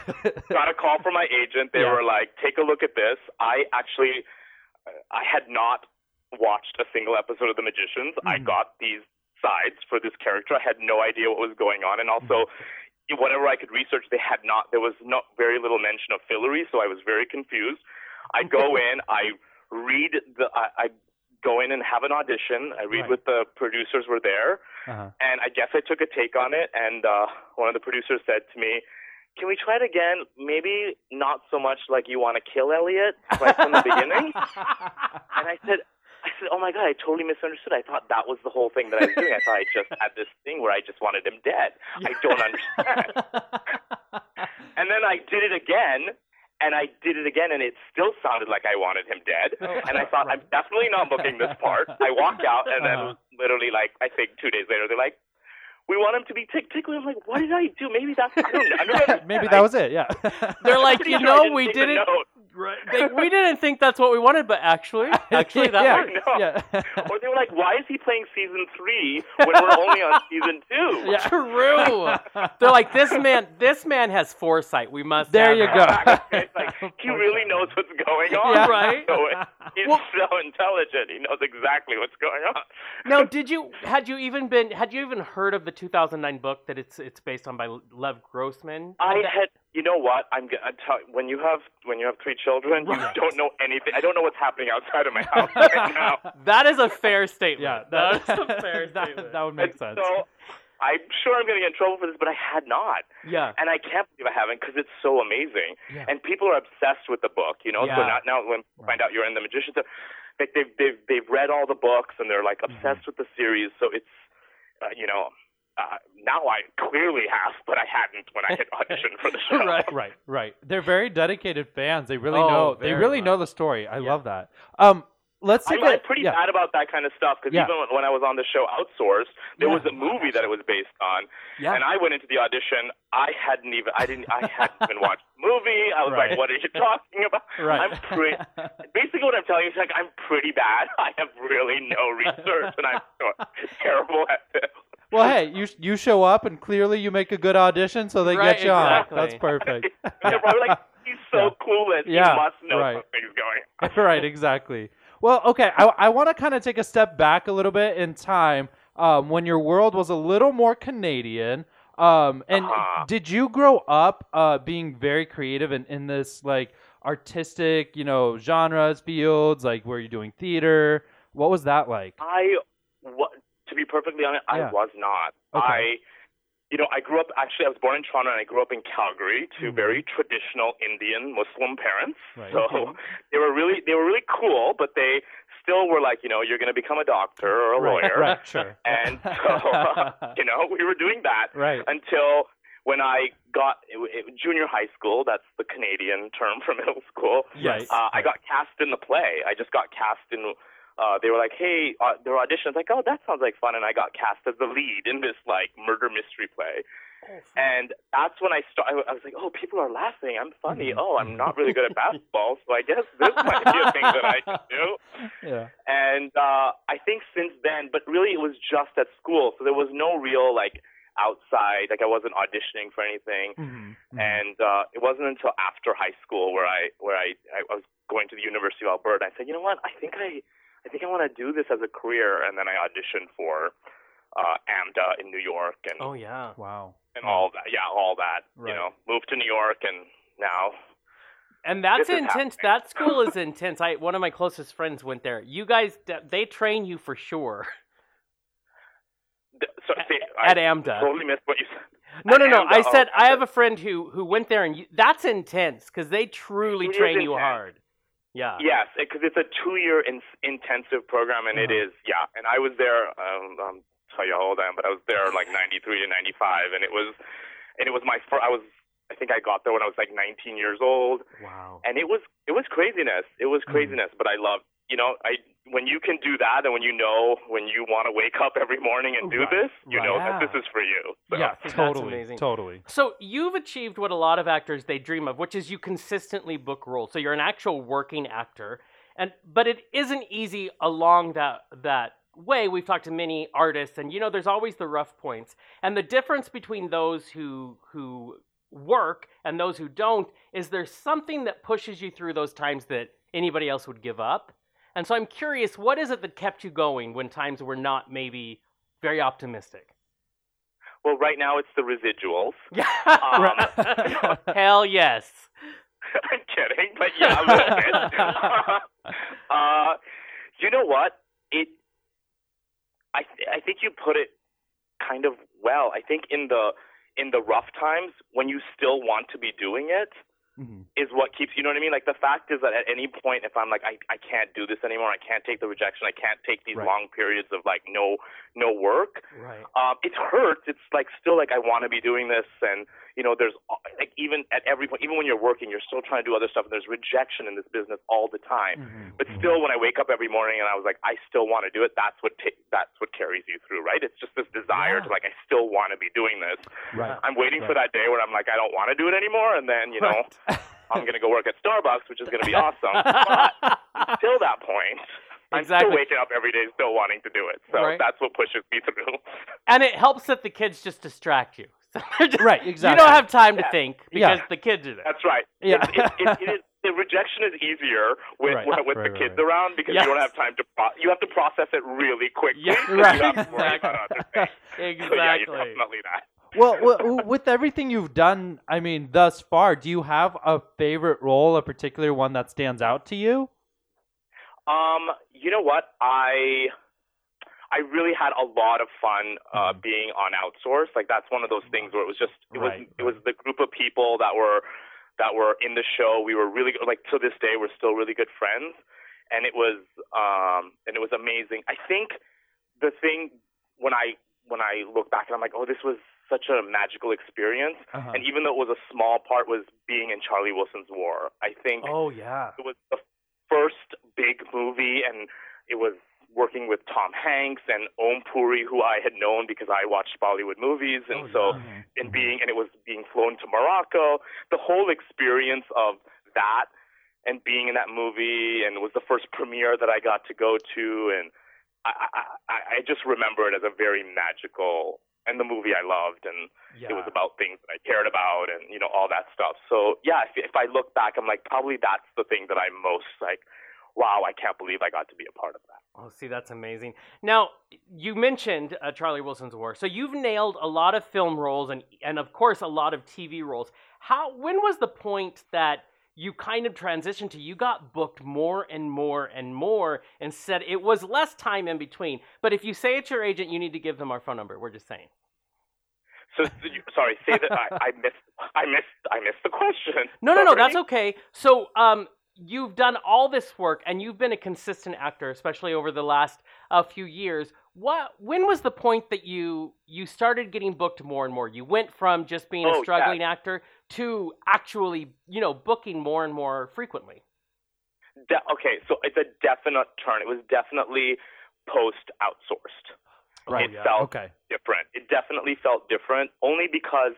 Speaker 4: got a call from my agent. They
Speaker 1: Yeah.
Speaker 4: were like, "Take a look at this." I actually, uh, I had not watched a single episode of The Magicians. I
Speaker 1: Mhm.
Speaker 4: got these sides for this character. I had no idea what was going on, and also.
Speaker 1: Mm-hmm.
Speaker 4: Whatever I could research, they had not. There was not very little mention of Fillory, so I was very confused. I go in, I read the, I, I go in and have an audition. I read
Speaker 1: Right.
Speaker 4: what the producers were there,
Speaker 1: Uh-huh.
Speaker 4: and I guess I took a take on it. And uh, one of the producers said to me, "Can we try it again? Maybe not so much like you want to kill Elliot, like from the beginning." And I said, "I said, oh my god, I totally misunderstood. I thought that was the whole thing that I was doing. I thought I just had this thing where I just wanted him dead. I don't understand." And then I did it again. And I did it again, and it still sounded like I wanted him dead. And I thought, I'm definitely not booking this part. I walk out, and then
Speaker 1: Uh-huh.
Speaker 4: literally, like, I think two days later, they're like, we want him to be tick tickly. I'm like, what did I do? Maybe that's, I don't know. I don't understand.
Speaker 1: Maybe
Speaker 4: I-
Speaker 1: that was it. Yeah.
Speaker 2: They're like,
Speaker 4: pretty
Speaker 2: you
Speaker 4: sure I
Speaker 2: know,
Speaker 4: didn't
Speaker 2: we
Speaker 4: take the
Speaker 2: didn't.
Speaker 4: note."
Speaker 2: Right. They, we didn't think that's what we wanted, but actually, actually that
Speaker 1: yeah.
Speaker 2: worked.
Speaker 4: No.
Speaker 1: Yeah.
Speaker 4: Or they were like, why is he playing season three when we're only on season two?
Speaker 1: Yeah.
Speaker 2: True. They're like, this man, this man has foresight. We must.
Speaker 1: There
Speaker 2: have
Speaker 1: you
Speaker 2: him."
Speaker 1: go.
Speaker 4: It's like, he really knows what's going on.
Speaker 1: Yeah.
Speaker 2: Right.
Speaker 4: So he's so intelligent. He knows exactly what's going on.
Speaker 1: Uh,
Speaker 2: Now, did you had you even been had you even heard of the 2009 book that it's it's based on by Lev Grossman?
Speaker 4: I
Speaker 2: That-
Speaker 4: had, you know what? I'm gonna tell when you have when you have three children, you
Speaker 2: Right.
Speaker 4: don't know anything. I don't know what's happening outside of my house right now.
Speaker 2: that is a fair statement.
Speaker 1: Yeah,
Speaker 2: that is a fair
Speaker 1: that,
Speaker 2: statement.
Speaker 1: that would
Speaker 4: And
Speaker 1: make sense.
Speaker 4: So I'm sure I'm gonna get in trouble for this, but I had not,
Speaker 2: yeah.
Speaker 4: and I can't believe I haven't because it's so amazing.
Speaker 1: Yeah.
Speaker 4: And people are obsessed with the book, you know. So
Speaker 2: Yeah.
Speaker 4: now, now when people find out you're in the magicians, they're- like they've they've they've read all the books and they're like
Speaker 1: Mm-hmm.
Speaker 4: obsessed with the series. So it's, uh, you know. Uh, now I clearly have, but I hadn't when I had auditioned for the show.
Speaker 2: Right.
Speaker 1: right, right. They're very dedicated fans. They really
Speaker 2: Oh,
Speaker 1: know. They
Speaker 2: very
Speaker 1: really
Speaker 2: much.
Speaker 1: know the story. I
Speaker 2: Yeah.
Speaker 1: love that. Um, let's see.
Speaker 4: I'm,
Speaker 1: if
Speaker 4: I'm
Speaker 1: it-
Speaker 4: pretty
Speaker 1: yeah.
Speaker 4: bad about that kind of stuff because
Speaker 1: Yeah.
Speaker 4: even when- when I was on the show Outsourced, there
Speaker 1: Yeah.
Speaker 4: was a movie that it was based on,
Speaker 2: Yeah.
Speaker 4: and I went into the audition. I hadn't even I didn't I hadn't even watched the movie. I was
Speaker 1: Right.
Speaker 4: like, "What are you talking about?"
Speaker 1: Right.
Speaker 4: I'm pretty. Basically, what I'm telling you is like I'm pretty bad. I have really no research, and I'm so terrible at this.
Speaker 1: well, hey, you you show up and clearly you make a good audition, so they
Speaker 2: Right,
Speaker 1: get you
Speaker 2: exactly.
Speaker 1: on. That's perfect.
Speaker 4: They're probably like, "He's so clueless.
Speaker 1: Yeah,
Speaker 4: He must know
Speaker 1: right.
Speaker 4: something's going." on."
Speaker 1: right, exactly. Well, okay, I, I want to kind of take a step back a little bit in time um, when your world was a little more Canadian. Um, and
Speaker 4: Uh-huh.
Speaker 1: did you grow up uh, being very creative and in this like artistic, you know, genres, fields? Like, were you doing theater? What was that like?
Speaker 4: I what to be perfectly honest,
Speaker 1: Yeah.
Speaker 4: I was not.
Speaker 1: Okay.
Speaker 4: I, you know, I grew up. Actually, I was born in Toronto, and I grew up in Calgary to
Speaker 1: Mhm.
Speaker 4: very traditional Indian Muslim parents.
Speaker 1: Right. Mm-hmm.
Speaker 4: So
Speaker 3: Okay.
Speaker 4: they were really they were really cool, but they still were like, you know, you're going to become a doctor or a
Speaker 1: right,
Speaker 4: lawyer.
Speaker 1: right, sure.
Speaker 4: And so, you know, we were doing that
Speaker 1: right.
Speaker 4: until when I got it, it, junior high school. That's the Canadian term for middle school.
Speaker 1: Yes.
Speaker 4: Uh, I got cast in the play. I just got cast in. Uh, they were like, "Hey, uh, their auditions." Like, "Oh, that sounds like fun," and I got cast as the lead in this like murder mystery play. And that's when I started. I was like, "Oh, people are laughing. I'm funny.
Speaker 1: Mhm.
Speaker 4: Oh, I'm not really good at basketball, so I guess this might be a thing that I should do."
Speaker 1: Yeah.
Speaker 4: And uh, I think since then, but really it was just at school, so there was no real like outside. Like I wasn't auditioning for anything
Speaker 2: Mm-hmm.
Speaker 1: Mhm, mhm.
Speaker 4: and uh, it wasn't until after high school where I where I, I was going to the University of Alberta. I said, you know what? I think I I think I want to do this as a career, and then I auditioned for uh, AMDA in New York and
Speaker 2: Oh yeah.
Speaker 1: Mm-hmm. wow.
Speaker 4: and all that. Yeah, all that.
Speaker 1: Right.
Speaker 4: You know, moved to New York, and now
Speaker 2: And that's
Speaker 4: This is
Speaker 2: intense.
Speaker 4: happening.
Speaker 2: That school is intense. I one of my closest friends went there. You guys, they train you for sure
Speaker 4: th- so see,
Speaker 2: at
Speaker 4: I
Speaker 2: AMDA.
Speaker 4: totally missed what you said.
Speaker 2: No, no, no.
Speaker 4: And,
Speaker 2: I
Speaker 4: uh,
Speaker 2: said I have a friend who who went there, and you, that's intense because they truly
Speaker 4: It is
Speaker 2: train you
Speaker 4: intense.
Speaker 2: hard. Yeah.
Speaker 4: Yes, because it's a two-year in- intensive program, and it
Speaker 1: Uh-huh.
Speaker 4: is yeah. And I was there. Um, um, tell you how old I am, but I was there like '93 to '95, and it was, and it was my first. I was, I think I got there when I was like 19 years old,
Speaker 2: Wow.
Speaker 4: and it was it was craziness. It
Speaker 1: Mm-hmm.
Speaker 4: was craziness, but I loved. You know, I when you can do that, and when you know when you want to wake up every morning and
Speaker 1: Oh,
Speaker 4: do
Speaker 1: Right,
Speaker 4: this, you
Speaker 1: right.
Speaker 4: know
Speaker 1: Yeah.
Speaker 4: that this is for you. So.
Speaker 1: yeah,
Speaker 2: That's
Speaker 1: totally,
Speaker 2: amazing.
Speaker 1: totally.
Speaker 2: So you've achieved what a lot of actors they dream of, which is you consistently book roles. So you're an actual working actor, and but it isn't easy along that that way. We've talked to many artists, and you know there's always the rough points, and the difference between those who who work and those who don't is there's something that pushes you through those times that anybody else would give up. And so I'm curious, what is it that kept you going when times were not maybe very optimistic?
Speaker 4: Well, right now it's the residuals.
Speaker 2: Yeah.
Speaker 4: Um,
Speaker 2: Hell yes.
Speaker 4: I'm kidding, but yeah, a little bit. uh, you know what? It, I, th- I think you put it kind of well. I think in the in the rough times when you still want to be doing it
Speaker 1: Mhm.
Speaker 4: is what keeps you know what I mean. Like the fact is that at any point, if I'm like I, I can't do this anymore, I can't take the rejection, I can't take these
Speaker 1: Right.
Speaker 4: long periods of like no no work.
Speaker 2: Right.
Speaker 4: Um, it hurts. It's like still like I want to be doing this, and you know, there's like even at every point, even when you're working, you're still trying to do other stuff, and there's rejection in this business all the time.
Speaker 2: Mm.
Speaker 1: Mhm.
Speaker 4: But still, when I wake up every morning and I was like, I still want to do it. That's what ta- that's what carries you through, right? It's just this desire
Speaker 2: Yeah.
Speaker 4: to like, I still want to be doing this.
Speaker 1: Right.
Speaker 4: I'm waiting for that day where I'm like, I don't want to do it anymore, and then you know, I'm gonna go work at Starbucks, which is gonna be awesome. But till that point. I'm
Speaker 2: Exactly.
Speaker 4: still waking up every day, still wanting to do it. So
Speaker 2: Right.
Speaker 4: that's what pushes me through.
Speaker 2: and it helps that the kids just distract you. So they're just-
Speaker 1: Right,
Speaker 2: You
Speaker 1: exactly.
Speaker 2: don't have time to
Speaker 4: Yeah.
Speaker 2: think
Speaker 1: Yeah.
Speaker 2: because the kids are there.
Speaker 4: That's right.
Speaker 1: Yeah.
Speaker 4: It, it, it, it is, the rejection is easier with
Speaker 1: Right.
Speaker 4: with, with
Speaker 1: Right,
Speaker 4: the
Speaker 1: right,
Speaker 4: kids
Speaker 1: right.
Speaker 4: around because
Speaker 2: Yes.
Speaker 4: you don't have time to pro- you have to process it really quickly.
Speaker 2: Yeah,
Speaker 4: and
Speaker 1: right.
Speaker 4: You have to worry about other things. So, yeah, you
Speaker 2: Exactly.
Speaker 4: definitely that.
Speaker 1: well, w- with everything you've done, I mean, thus far, do you have a favorite role, a particular one that stands out to you?
Speaker 4: Um, you know what? I I really had a lot of fun uh,
Speaker 1: Mhm.
Speaker 4: being on outsource. Like that's one of those things where it was just it was
Speaker 1: Right,
Speaker 4: it was the group of people that were that were in the show. We were really like to this day we're still really good friends, and it was um and it was amazing. I think the thing when I when I look back and I'm like, oh, this was such a magical experience.
Speaker 1: Uh-huh.
Speaker 4: And even though it was a small part, was being in Charlie Wilson's War. I think
Speaker 2: Oh yeah.
Speaker 4: it was the first big movie, and it was working with Tom Hanks and Om Puri, who I had known because I watched Bollywood movies, and
Speaker 2: Oh,
Speaker 4: so
Speaker 1: Mhm.
Speaker 4: and being and it was being flown to Morocco. The whole experience of that and being in that movie, and it was the first premiere that I got to go to, and I, I, I I just remember it as a very magical. And the movie I loved, and
Speaker 2: yeah.
Speaker 4: it was about things that I cared about and you know all that stuff. So yeah, if, if I look back, I'm like probably that's the thing that I'm most like, wow, I can't believe I got to be a part of that.
Speaker 2: Oh, see, that's amazing. Now, you mentioned uh, Charlie Wilson's War, so you've nailed a lot of film roles and, and of course, a lot of TV roles. How? When was the point that you kind of transitioned to you got booked more and more and more and said it was less time in between but if you say it's your agent you need to give them our phone number we're just saying
Speaker 4: So, so you- sorry, say that I, I missed. I missed. I missed the question.
Speaker 2: no no no
Speaker 4: Sorry.
Speaker 2: that's okay so um you've done all this work and you've been a consistent actor especially over the last uh, few years what when was the point that you you started getting booked more and more you went from just being
Speaker 4: Oh,
Speaker 2: a
Speaker 4: yeah.
Speaker 2: struggling actor to actually you know booking more and more frequently
Speaker 4: De- okay, so it's a definite turn. It was definitely post outsourced.
Speaker 1: Right.
Speaker 4: It
Speaker 1: yeah,
Speaker 4: felt
Speaker 1: Okay.
Speaker 4: different. It definitely felt different, only because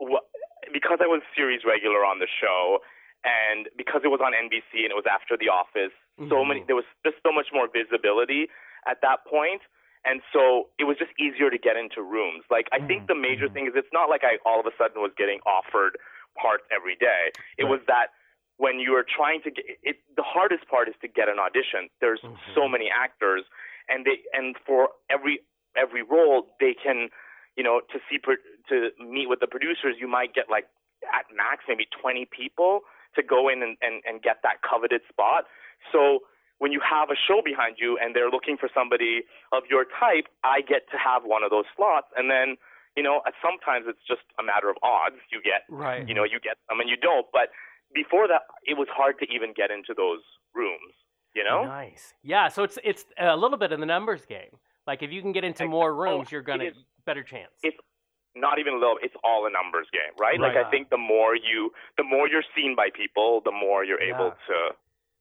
Speaker 4: wh- because I was series regular on the show, and because it was on NBC and it was after The Office. So
Speaker 2: Mhm.
Speaker 4: many there was just so much more visibility at that point, and so it was just easier to get into rooms. Like I think the major
Speaker 1: Mhm.
Speaker 4: thing is it's not like I all of a sudden was getting offered parts every day. It was that when you are trying to get it, the hardest part is to get an audition. There's so many actors, and they and for every every role they can, you know, to see pro- to meet with the producers, you might get like at max maybe 20 people to go in and, and, and get that coveted spot. So when you have a show behind you and they're looking for somebody of your type, I get to have one of those slots, and then you know, sometimes it's just a matter of odds. You get
Speaker 2: right
Speaker 4: you know you get some and you don't but before that it was hard to even get into those rooms you know
Speaker 2: Nice. Yeah, so it's it's a little bit of the numbers game. Like if you can get into
Speaker 4: Ex-
Speaker 2: more
Speaker 4: oh,
Speaker 2: rooms, you're gonna
Speaker 4: it is-
Speaker 2: better chance.
Speaker 4: it- not even a little it's all a numbers game right, like
Speaker 1: Right.
Speaker 4: i think the more you the more you're seen by people the more you're
Speaker 1: Yeah.
Speaker 4: able to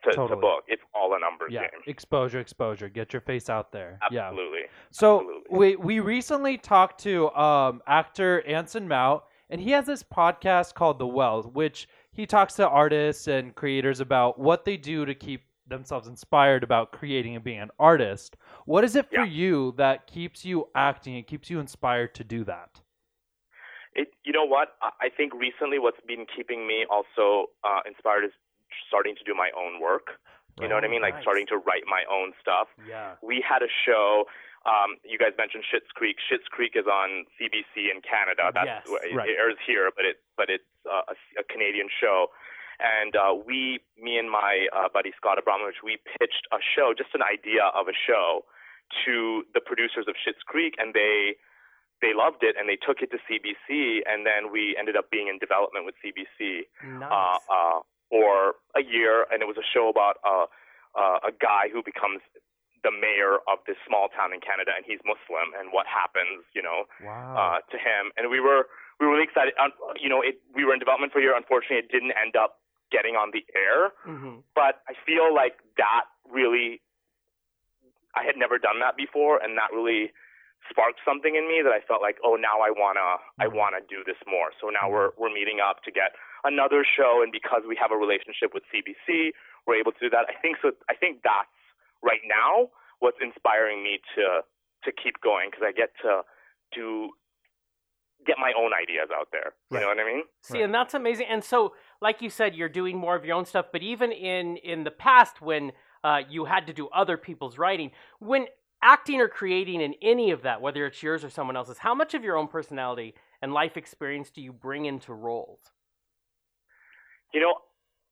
Speaker 4: to, to
Speaker 1: Totally.
Speaker 4: book it's all a numbers
Speaker 1: Yeah.
Speaker 4: game
Speaker 1: Exposure. Exposure. Get your face out there. Yeah.
Speaker 4: absolutely
Speaker 1: So
Speaker 4: Absolutely.
Speaker 1: we we recently talked to um, actor Anson Mount, and he has this podcast called The Well, which he talks to artists and creators about what they do to keep themselves inspired about creating and being an artist. What is it for
Speaker 4: Yeah.
Speaker 1: you that keeps you acting and keeps you inspired to do that?
Speaker 4: it you know what i I think recently what's been keeping me also uh, inspired is starting to do my own work you know what i mean
Speaker 1: Oh,
Speaker 4: like starting to write my own stuff
Speaker 1: Yeah.
Speaker 4: we had a show. Um, you guys mentioned Schitt's Creek. Schitt's Creek is on CBC in Canada.
Speaker 2: Yes,
Speaker 4: That's where it,
Speaker 1: right.
Speaker 4: it airs here, but it but it's uh, a, a Canadian show. And uh, we, me and my uh, buddy Scott Abramovich, we pitched a show, just an idea of a show, to the producers of Schitt's Creek, and they they loved it, and they took it to CBC, and then we ended up being in development with CBC uh,
Speaker 2: nice.
Speaker 4: uh, for a year, and it was a show about uh, uh, a guy who becomes the mayor of this small town in Canada, and he's Muslim, and what happens, you know,
Speaker 1: Wow.
Speaker 4: uh, to him. And we were we were really excited. Um, you know, it, we were in development for a year. Unfortunately, it didn't end up getting on the air,
Speaker 2: hmm
Speaker 4: but I feel like that really I had never done that before and that really sparked something in me that I felt like, oh now I wanna I
Speaker 1: Mhm.
Speaker 4: wanna do this more. So now we're we're meeting up to get another show and because we have a relationship with CBC, we're able to do that. I think so I think that's right now what's inspiring me to to keep going because I get to do get my own ideas out there. You know what I mean?
Speaker 2: See,
Speaker 1: Right.
Speaker 2: and that's amazing. And so, like you said, you're doing more of your own stuff. But even in in the past, when uh, you had to do other people's writing, when acting or creating in any of that, whether it's yours or someone else's, how much of your own personality and life experience do you bring into roles?
Speaker 4: You know,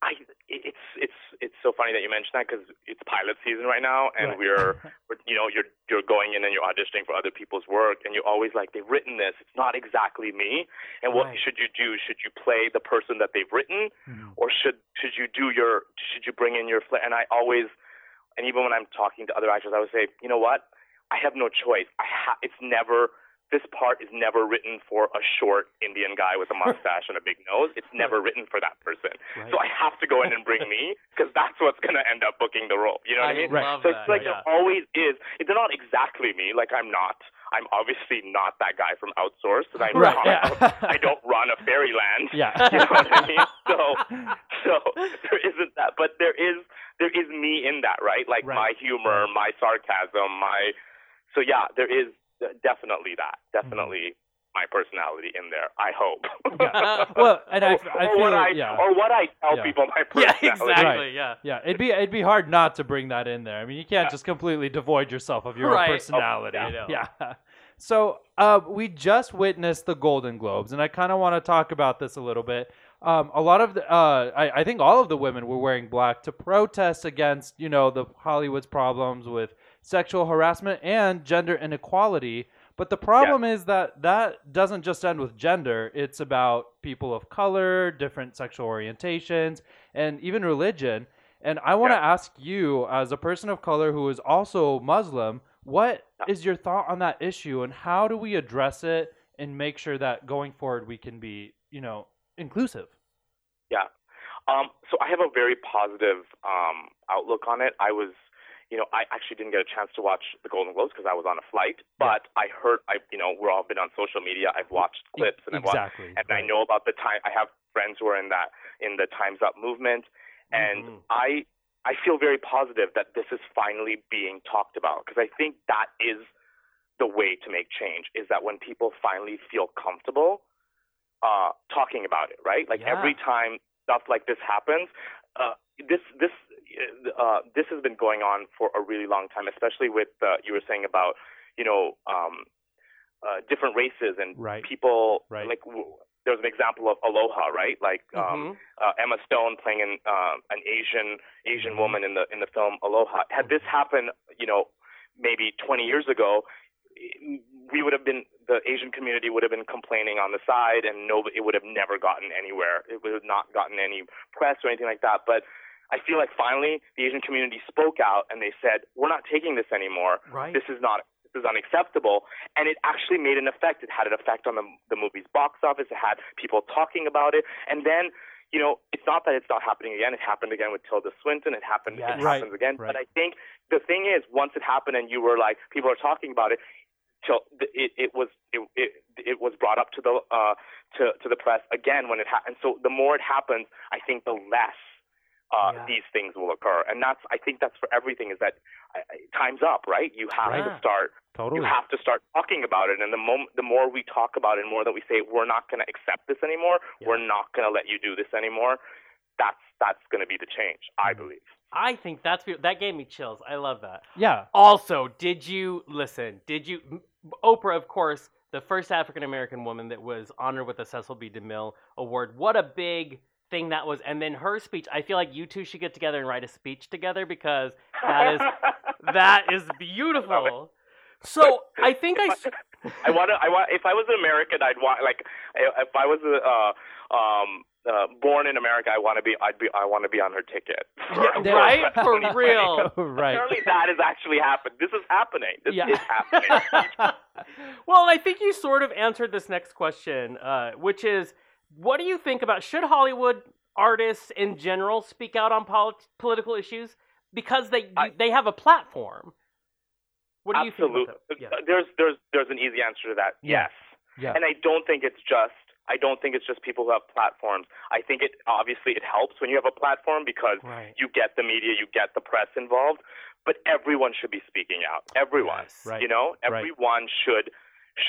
Speaker 4: I it- it's it's it's so funny that you mentioned that because it's pilot season right now, and
Speaker 1: Right.
Speaker 4: we're, we're you know you're you're going in and you're auditioning for other people's work, and you're always like they've written this, it's not exactly me, and what
Speaker 2: Right.
Speaker 4: should you do? Should you play the person that they've written,
Speaker 1: Mhm.
Speaker 4: or should should you do your should you bring in your flair? And I always, and even when I'm talking to other actors, I would say, you know what? I have no choice. I ha- it's never this part is never written for a short Indian guy with a mustache and a big nose. It's never written for that person. So I have to go in and bring me because that's what's going to end up booking the role. You know what I mean?
Speaker 1: Right.
Speaker 2: love
Speaker 4: So
Speaker 2: that.
Speaker 4: it's like
Speaker 2: yeah.
Speaker 4: there always is. They're not exactly me. Like I'm not. I'm obviously not that guy from Outsourced, and I'm
Speaker 1: Right.
Speaker 4: not.
Speaker 1: Yeah.
Speaker 4: I don't run a fairyland. You
Speaker 1: yeah.
Speaker 4: know what I mean? So, so there isn't that, but there is there is me in that, right? Like
Speaker 1: Right.
Speaker 4: my humor, my sarcasm, my. So yeah, there is definitely that. Definitely
Speaker 1: Mm-hmm.
Speaker 4: my personality in there. I hope.
Speaker 1: Yeah. Well, and I, I
Speaker 4: or,
Speaker 1: feel
Speaker 4: what I
Speaker 1: yeah.
Speaker 4: or what I tell
Speaker 1: Yeah.
Speaker 4: people my
Speaker 2: yeah,
Speaker 4: personality.
Speaker 2: exactly.
Speaker 1: Right.
Speaker 2: Yeah.
Speaker 1: Yeah, it'd be it'd be hard not to bring that in there. I mean, you can't just completely devoid yourself of your
Speaker 2: Right.
Speaker 1: own personality.
Speaker 2: Oh, yeah.
Speaker 1: yeah. So uh, we just witnessed the Golden Globes, and I kind of want to talk about this a little bit. um, a lot of the, uh, I, I think all of the women were wearing black to protest against you know the Hollywood's problems with sexual harassment and gender inequality. But the problem is that that doesn't just end with gender. It's about people of color, different sexual orientations, and even religion. And I want to ask you, as a person of color who is also Muslim, what is your thought on that issue, and how do we address it and make sure that going forward we can be, you know, inclusive?
Speaker 4: Um, so I have a very positive um, outlook on it. I was, you know, I actually didn't get a chance to watch the Golden Globes because I was on a flight, but I heard, I, you know, we're all been on social media. I've watched clips and I've watched
Speaker 1: exactly.
Speaker 4: and I know about the time. I have friends who are in that in the Times Up movement, and
Speaker 2: Mhm.
Speaker 4: I I feel very positive that this is finally being talked about because I think that is the way to make change. Is that when people finally feel comfortable uh, talking about it, right? Like
Speaker 2: Yeah.
Speaker 4: every time stuff like this happens, uh, this this. Uh, this has been going on for a really long time, especially with uh, you were saying about you know um, uh, different races and
Speaker 1: Right.
Speaker 4: people
Speaker 1: Right. Mm-hmm.
Speaker 4: like w- there was an example of Aloha, right? Like um,
Speaker 2: Mhm.
Speaker 4: uh, Emma Stone playing an um an Asian
Speaker 1: Mm-hmm.
Speaker 4: Asian woman in the in the film Aloha. Had this happened, you know, maybe 20 years ago, we would have been the Asian community would have been complaining on the side, and no, it would have never gotten anywhere. It would have not gotten any press or anything like that. But I feel like finally the Asian community spoke out and they said, "We're not taking this anymore
Speaker 2: Right.
Speaker 4: this is not this is unacceptable and it actually made an effect it had an effect on the, the movie's box office it had people talking about it and then you know it's not that it's not happening again it happened again with tilda swinton it happened
Speaker 2: Yes.
Speaker 4: it
Speaker 1: Right,
Speaker 4: happens again
Speaker 1: right.
Speaker 4: but i think the thing is once it happened and you were like people are talking about it till it, it was it, it, it was brought up to the uh, to to the press again when it happened so the more it happens i think the less uh,
Speaker 2: Yeah.
Speaker 4: these things will occur and that's i think that's for everything is that I- I- time's up, right? You have
Speaker 2: Right.
Speaker 4: to start.
Speaker 1: Totally.
Speaker 4: You have to start talking about it, and the moment, the more we talk about it, and more that we say we're not going to accept this anymore, we're not going to let you do this anymore. That's that's going to be the change,
Speaker 2: Mm.
Speaker 4: I believe.
Speaker 2: I think that's be- that gave me chills. I love that.
Speaker 1: yeah.
Speaker 2: Also, did you listen? Did you M- Oprah, of course, the first African American woman that was honored with the Cecil B. DeMille Award. What a big thing that was. And then her speech. I feel like you two should get together and write a speech together because that is that is beautiful. So I think I s-
Speaker 4: I want to. I want. If I was an American, I'd want like. I- If I was uh, um, uh, born in America, I want to be. I'd be. I want to be on her ticket.
Speaker 1: there-
Speaker 2: right for real.
Speaker 1: right.
Speaker 4: Apparently, that has actually happened. This is happening. This
Speaker 1: Yeah.
Speaker 4: is happening.
Speaker 2: well, I think you sort of answered this next question, uh, which is, what do you think about should Hollywood artists in general speak out on polit- political issues because they
Speaker 4: I-
Speaker 2: they have a platform? What do you
Speaker 4: Absolutely.
Speaker 2: think? About that? Yeah.
Speaker 4: uh, There's there's there's an easy answer to that.
Speaker 1: Yeah.
Speaker 4: Yes.
Speaker 1: Yeah.
Speaker 4: And I don't think it's just I don't think it's just people who have platforms. I think it obviously it helps when you have a platform because
Speaker 2: Right.
Speaker 4: you get the media, you get the press involved, but everyone should be speaking out. Everyone.
Speaker 2: Yes.
Speaker 1: Right.
Speaker 4: You know,
Speaker 1: Right.
Speaker 4: everyone should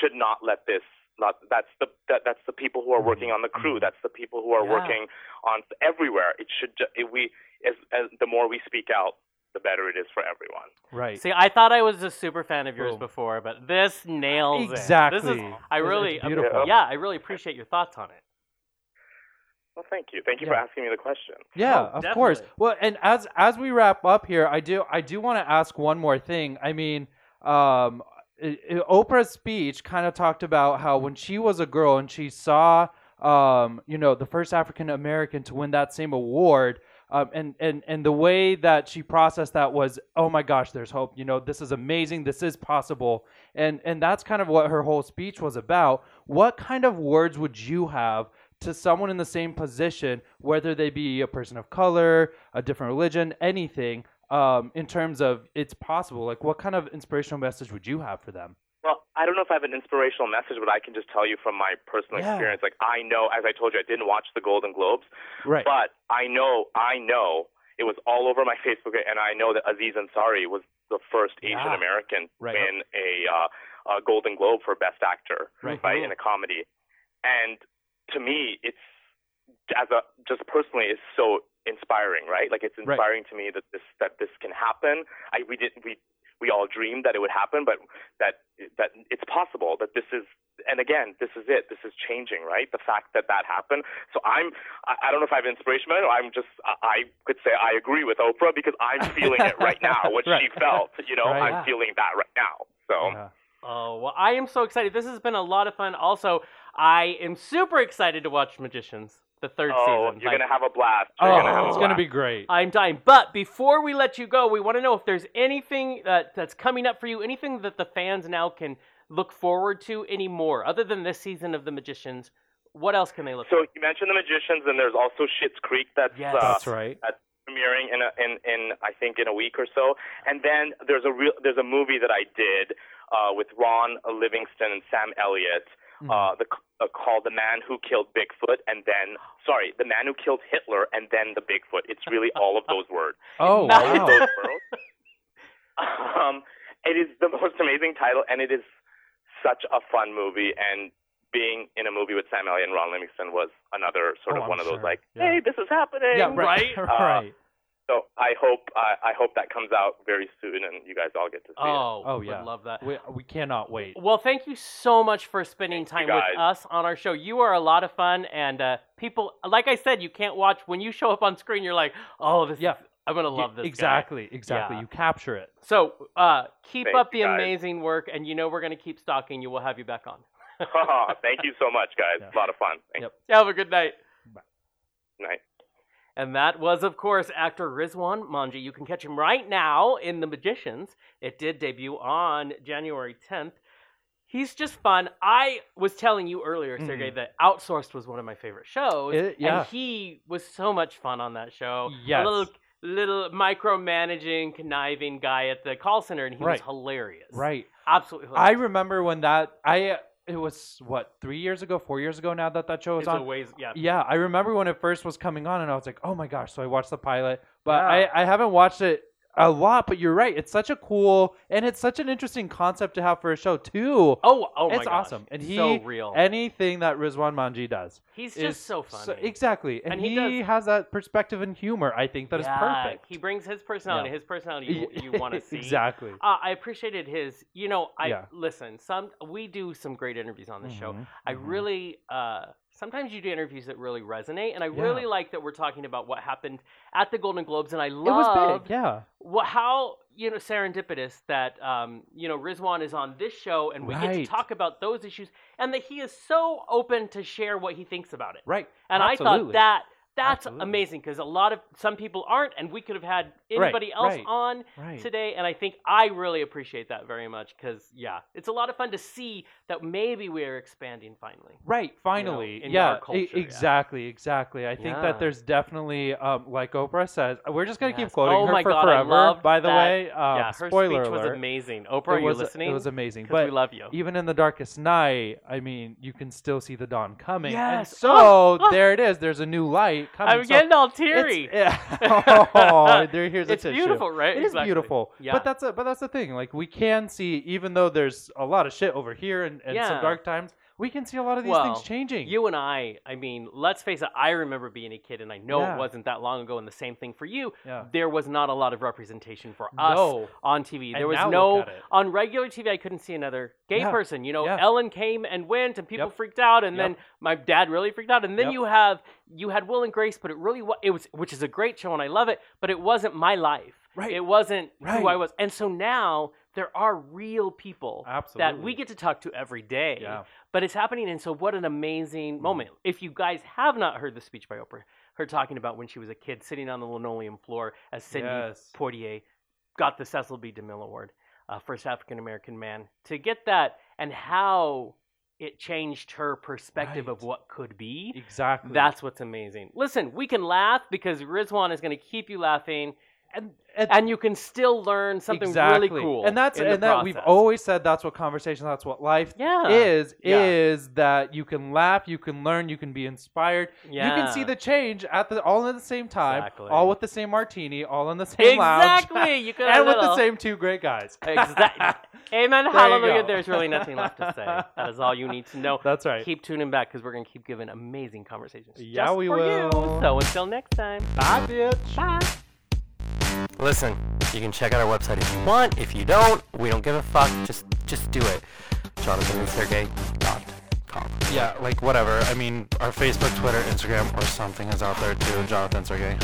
Speaker 4: should not let this not that's the that, that's the people who are working on the crew. That's the people who are
Speaker 2: Mm-hmm. Yeah.
Speaker 4: working on everywhere. It should ju- it, we as, as the more we speak out, the better it is for everyone.
Speaker 1: Right.
Speaker 2: See, I thought I was a super fan of yours
Speaker 1: Boom.
Speaker 2: before, but this nails it.
Speaker 1: Exactly.
Speaker 2: This is, I
Speaker 1: It's-
Speaker 2: really,
Speaker 1: it's beautiful.
Speaker 2: yeah, I really appreciate your thoughts on it.
Speaker 4: Well, thank you. Thank you for
Speaker 1: Yeah.
Speaker 4: asking me the question.
Speaker 1: Yeah,
Speaker 2: Oh,
Speaker 1: of course.
Speaker 2: definitely.
Speaker 1: Well, and as as we wrap up here, I do I do want to ask one more thing. I mean, um, i- i- Oprah's speech kind of talked about how when she was a girl and she saw, um, you know, the first African American to win that same award. Um, and, and and the way that she processed that was, oh my gosh, there's hope. You know, this is amazing. This is possible. And and that's kind of what her whole speech was about. What kind of words would you have to someone in the same position, whether they be a person of color, a different religion, anything, um, in terms of it's possible? Like, what kind of inspirational message would you have for them?
Speaker 4: Well, I don't know if I have an inspirational message, but I can just tell you from my personal
Speaker 1: Yeah.
Speaker 4: experience. Like I know, as I told you, I didn't watch the Golden Globes,
Speaker 1: Right.
Speaker 4: but I know, I know it was all over my Facebook, and I know that Aziz Ansari was the first
Speaker 1: Yeah.
Speaker 4: Asian American
Speaker 1: Right.
Speaker 4: in a, uh, a Golden Globe for Best Actor,
Speaker 1: Right.
Speaker 4: in a comedy. And to me, it's as a just personally, it's so inspiring, right? Like it's
Speaker 1: Right.
Speaker 4: inspiring to me that this that this can happen. I we didn't we we all dreamed that it would happen, but that that it's possible that this is and again, this is it. This is changing, right? The fact that that happened. So I'm, I, I don't know if I have inspiration, but I'm just, I, I could say I agree with Oprah because I'm feeling it right now, what she
Speaker 1: Right.
Speaker 4: felt. You know,
Speaker 1: Right.
Speaker 4: I'm
Speaker 1: Yeah.
Speaker 4: feeling that right now. So
Speaker 1: Yeah.
Speaker 2: Oh, well, I am so excited. This has been a lot of fun. Also, I am super excited to watch Magicians, the third
Speaker 4: oh,
Speaker 2: season.
Speaker 4: you're
Speaker 2: Like,
Speaker 4: gonna have a blast.
Speaker 1: Oh,
Speaker 4: You're gonna have a
Speaker 1: it's
Speaker 4: blast.
Speaker 1: gonna be great.
Speaker 2: I'm dying. But before we let you go, we want to know if there's anything that, that's coming up for you, anything that the fans now can look forward to anymore, other than this season of The Magicians. What else can they look
Speaker 4: So
Speaker 2: for?
Speaker 4: you mentioned the magicians, and there's also Schitt's Creek. That's
Speaker 2: Yes.
Speaker 4: uh,
Speaker 1: That's right.
Speaker 4: premiering in, a, in in I think in a week or so. And then there's a real there's a movie that I did uh, with Ron Livingston and Sam Elliott
Speaker 1: Hmm. Mm-hmm.
Speaker 4: uh, the, uh, called "The Man Who Killed Bigfoot" and then sorry, "The Man Who Killed Hitler" and then the Bigfoot. It's really all of those words.
Speaker 1: Oh
Speaker 2: Not-
Speaker 4: All of
Speaker 1: wow.
Speaker 4: those words. Um, it is the most amazing title, and it is such a fun movie. And being in a movie with Sam Elliott and Ron Livingston was another sort
Speaker 1: Oh,
Speaker 4: of
Speaker 1: I'm
Speaker 4: one of
Speaker 1: sure.
Speaker 4: those like,
Speaker 1: Yeah.
Speaker 4: hey, this is happening.
Speaker 1: Yeah, right.
Speaker 4: Uh,
Speaker 1: right.
Speaker 4: So I hope uh, I hope that comes out very soon, and you guys all get to see it.
Speaker 2: Oh,
Speaker 1: Oh,
Speaker 2: would
Speaker 1: yeah.
Speaker 2: love that.
Speaker 1: We, we cannot wait.
Speaker 2: Well, thank you so much for spending time
Speaker 4: Thank you,
Speaker 2: with
Speaker 4: guys.
Speaker 2: us on our show. You are a lot of fun, and uh, people, like I said, you can't watch when you show up on screen. You're like, oh, this,
Speaker 1: Yeah.
Speaker 2: I'm gonna love this. guy."
Speaker 1: exactly. Exactly.
Speaker 2: Yeah.
Speaker 1: You capture it.
Speaker 2: So uh, keep
Speaker 4: Thank
Speaker 2: up the
Speaker 4: you, guys.
Speaker 2: amazing work, and you know we're gonna keep stalking you. We'll have you back on.
Speaker 4: Thank you so much, guys.
Speaker 1: Oh. Yeah.
Speaker 4: A lot of fun. Thank
Speaker 1: Yep.
Speaker 2: Have a good night.
Speaker 4: you. Night.
Speaker 2: And that was, of course, actor Rizwan Manji. You can catch him right now in The Magicians. It did debut on January 10th. He's just fun. I was telling you earlier,
Speaker 1: Mhm.
Speaker 2: Sergey, that Outsourced was one of my favorite shows.
Speaker 1: It- yeah.
Speaker 2: And he was so much fun on that show.
Speaker 1: Yes.
Speaker 2: Oh, A little, little micromanaging, conniving guy at the call center, and he was
Speaker 1: Right.
Speaker 2: hilarious.
Speaker 1: Right.
Speaker 2: Absolutely
Speaker 1: I
Speaker 2: hilarious.
Speaker 1: remember when that I it was what three years ago, four years ago now that that show was
Speaker 2: It's
Speaker 1: on.
Speaker 2: a ways, yeah.
Speaker 1: Yeah, I remember when it first was coming on, and I was like, "Oh my gosh!" So I watched the pilot, but
Speaker 2: Yeah.
Speaker 1: I, I haven't watched it a lot. But you're right; it's such a cool and it's such an interesting concept to have for a show too.
Speaker 2: Oh, oh my
Speaker 1: it's
Speaker 2: gosh.
Speaker 1: awesome, and he
Speaker 2: so real.
Speaker 1: anything that Rizwan Manji does
Speaker 2: He's
Speaker 1: is
Speaker 2: Oh. just so funny.
Speaker 1: exactly, and,
Speaker 2: And he
Speaker 1: he,
Speaker 2: does-
Speaker 1: has that perspective and humor. I think that is
Speaker 2: Yeah,
Speaker 1: perfect.
Speaker 2: He brings his personality,
Speaker 1: Yeah.
Speaker 2: his personality you, you want to see.
Speaker 1: exactly.
Speaker 2: Uh, I appreciated his. You know, I
Speaker 1: Yeah.
Speaker 2: listen. Some we do some great interviews on this show.
Speaker 1: Mhm,
Speaker 2: I
Speaker 1: mhm.
Speaker 2: really uh, sometimes you do interviews that really resonate, and I
Speaker 1: Yeah.
Speaker 2: really like that we're talking about what happened at the Golden Globes, and I
Speaker 1: it was
Speaker 2: love
Speaker 1: big, yeah.
Speaker 2: wha- how you know serendipitous that um, you know Rizwan is on this show, and we get to
Speaker 1: Right.
Speaker 2: talk about those issues, and that he is so open to share what he thinks about it.
Speaker 1: Right,
Speaker 2: And I thought
Speaker 1: Absolutely.
Speaker 2: that that's
Speaker 1: Absolutely.
Speaker 2: amazing because a lot of some people aren't, and we could have had
Speaker 1: Right,
Speaker 2: anybody else
Speaker 1: right,
Speaker 2: on
Speaker 1: right.
Speaker 2: today. And I think I really appreciate that very much because yeah, it's a lot of fun to see that maybe we are expanding finally.
Speaker 1: Right, finally.
Speaker 2: in
Speaker 1: yeah,
Speaker 2: our culture,
Speaker 1: e-
Speaker 2: yeah.
Speaker 1: exactly, exactly. I think
Speaker 2: Yeah.
Speaker 1: that there's definitely, um, like Oprah says, uh, we're just going to
Speaker 2: Yes.
Speaker 1: keep quoting
Speaker 2: Oh
Speaker 1: her
Speaker 2: my
Speaker 1: for
Speaker 2: God, I
Speaker 1: forever,
Speaker 2: love
Speaker 1: by the
Speaker 2: that.
Speaker 1: way. Um,
Speaker 2: yeah, her
Speaker 1: spoiler
Speaker 2: speech was
Speaker 1: alert.
Speaker 2: amazing.
Speaker 1: it
Speaker 2: Oprah, are
Speaker 1: was,
Speaker 2: you listening?
Speaker 1: It was amazing.
Speaker 2: 'Cause
Speaker 1: But
Speaker 2: we love you.
Speaker 1: even in the darkest night, I mean, you can still see the dawn coming. And
Speaker 2: Yes.
Speaker 1: so
Speaker 2: Oh, oh.
Speaker 1: there it is. There's a new light coming.
Speaker 2: I'm
Speaker 1: So
Speaker 2: getting all
Speaker 1: it's-
Speaker 2: teary.
Speaker 1: yeah. oh, there, here's a
Speaker 2: It's
Speaker 1: tissue.
Speaker 2: beautiful, right?
Speaker 1: It is
Speaker 2: Exactly.
Speaker 1: beautiful.
Speaker 2: Yeah.
Speaker 1: But that's a, but that's the thing. Like we can see, even though there's a lot of shit over here and, and
Speaker 2: Yeah.
Speaker 1: some dark times, we can see a lot of these
Speaker 2: Well,
Speaker 1: things changing.
Speaker 2: You and I, I mean, let's face it, I remember being a kid, and I know
Speaker 1: Yeah.
Speaker 2: it wasn't that long ago, and the same thing for you.
Speaker 1: Yeah.
Speaker 2: There was not a lot of representation for us
Speaker 1: No.
Speaker 2: on TV.
Speaker 1: And
Speaker 2: There was
Speaker 1: now look
Speaker 2: no,
Speaker 1: at it.
Speaker 2: on regular TV, I couldn't see another gay
Speaker 1: Yeah.
Speaker 2: person. You know,
Speaker 1: Yeah.
Speaker 2: Ellen came and went, and people
Speaker 1: Yep.
Speaker 2: freaked out, and then
Speaker 1: Yep.
Speaker 2: my dad really freaked out. And then
Speaker 1: Yep.
Speaker 2: you have, you had Will and Grace, but it really was, it was, which is a great show, and I love it, but it wasn't my life.
Speaker 1: Right.
Speaker 2: It wasn't who I
Speaker 1: Right.
Speaker 2: was. And so now there are real people that we
Speaker 1: Absolutely.
Speaker 2: get to talk to every day
Speaker 1: Yeah. Mm-hmm.
Speaker 2: but it's happening and so what an amazing moment if you guys have not heard the speech by oprah her talking about when she was a kid sitting on the linoleum floor as cindy
Speaker 1: Yes.
Speaker 2: portier got the cecil b demille award uh, first african american man to get that and how it changed her perspective of
Speaker 1: Right.
Speaker 2: what could be
Speaker 1: Exactly.
Speaker 2: that's what's amazing listen we can laugh because rizwan is going to keep you laughing
Speaker 1: and,
Speaker 2: and you can still learn something
Speaker 1: exactly.
Speaker 2: really cool
Speaker 1: And that's
Speaker 2: in the
Speaker 1: and that we've
Speaker 2: process.
Speaker 1: always said that's what conversation, that's what life
Speaker 2: yeah
Speaker 1: is.
Speaker 2: Yeah.
Speaker 1: Is that you can laugh, you can learn, you can be inspired.
Speaker 2: yeah.
Speaker 1: You can see the change at the all at the same time,
Speaker 2: Exactly.
Speaker 1: all with the same martini, all in the same
Speaker 2: exactly
Speaker 1: lounge,
Speaker 2: you could
Speaker 1: and
Speaker 2: have it
Speaker 1: with the
Speaker 2: all.
Speaker 1: same two great guys.
Speaker 2: Exactly.
Speaker 1: There
Speaker 2: Amen.
Speaker 1: you
Speaker 2: hallelujah.
Speaker 1: go.
Speaker 2: There's really nothing left to say. That is all you need to know.
Speaker 1: that's right.
Speaker 2: Keep tuning back because we're going to keep giving amazing conversations.
Speaker 1: Yeah,
Speaker 2: just
Speaker 1: we
Speaker 2: for you.
Speaker 1: will.
Speaker 2: So until next time,
Speaker 1: Bye, bitch.
Speaker 2: bye.
Speaker 3: Listen, You can check out our website if you want. If you don't, we don't give a fuck. Just just do it. Jonathan and Sergey dot com. Yeah, like whatever. I mean, our Facebook, Twitter, Instagram, or something is out there too. Jonathan Sergey.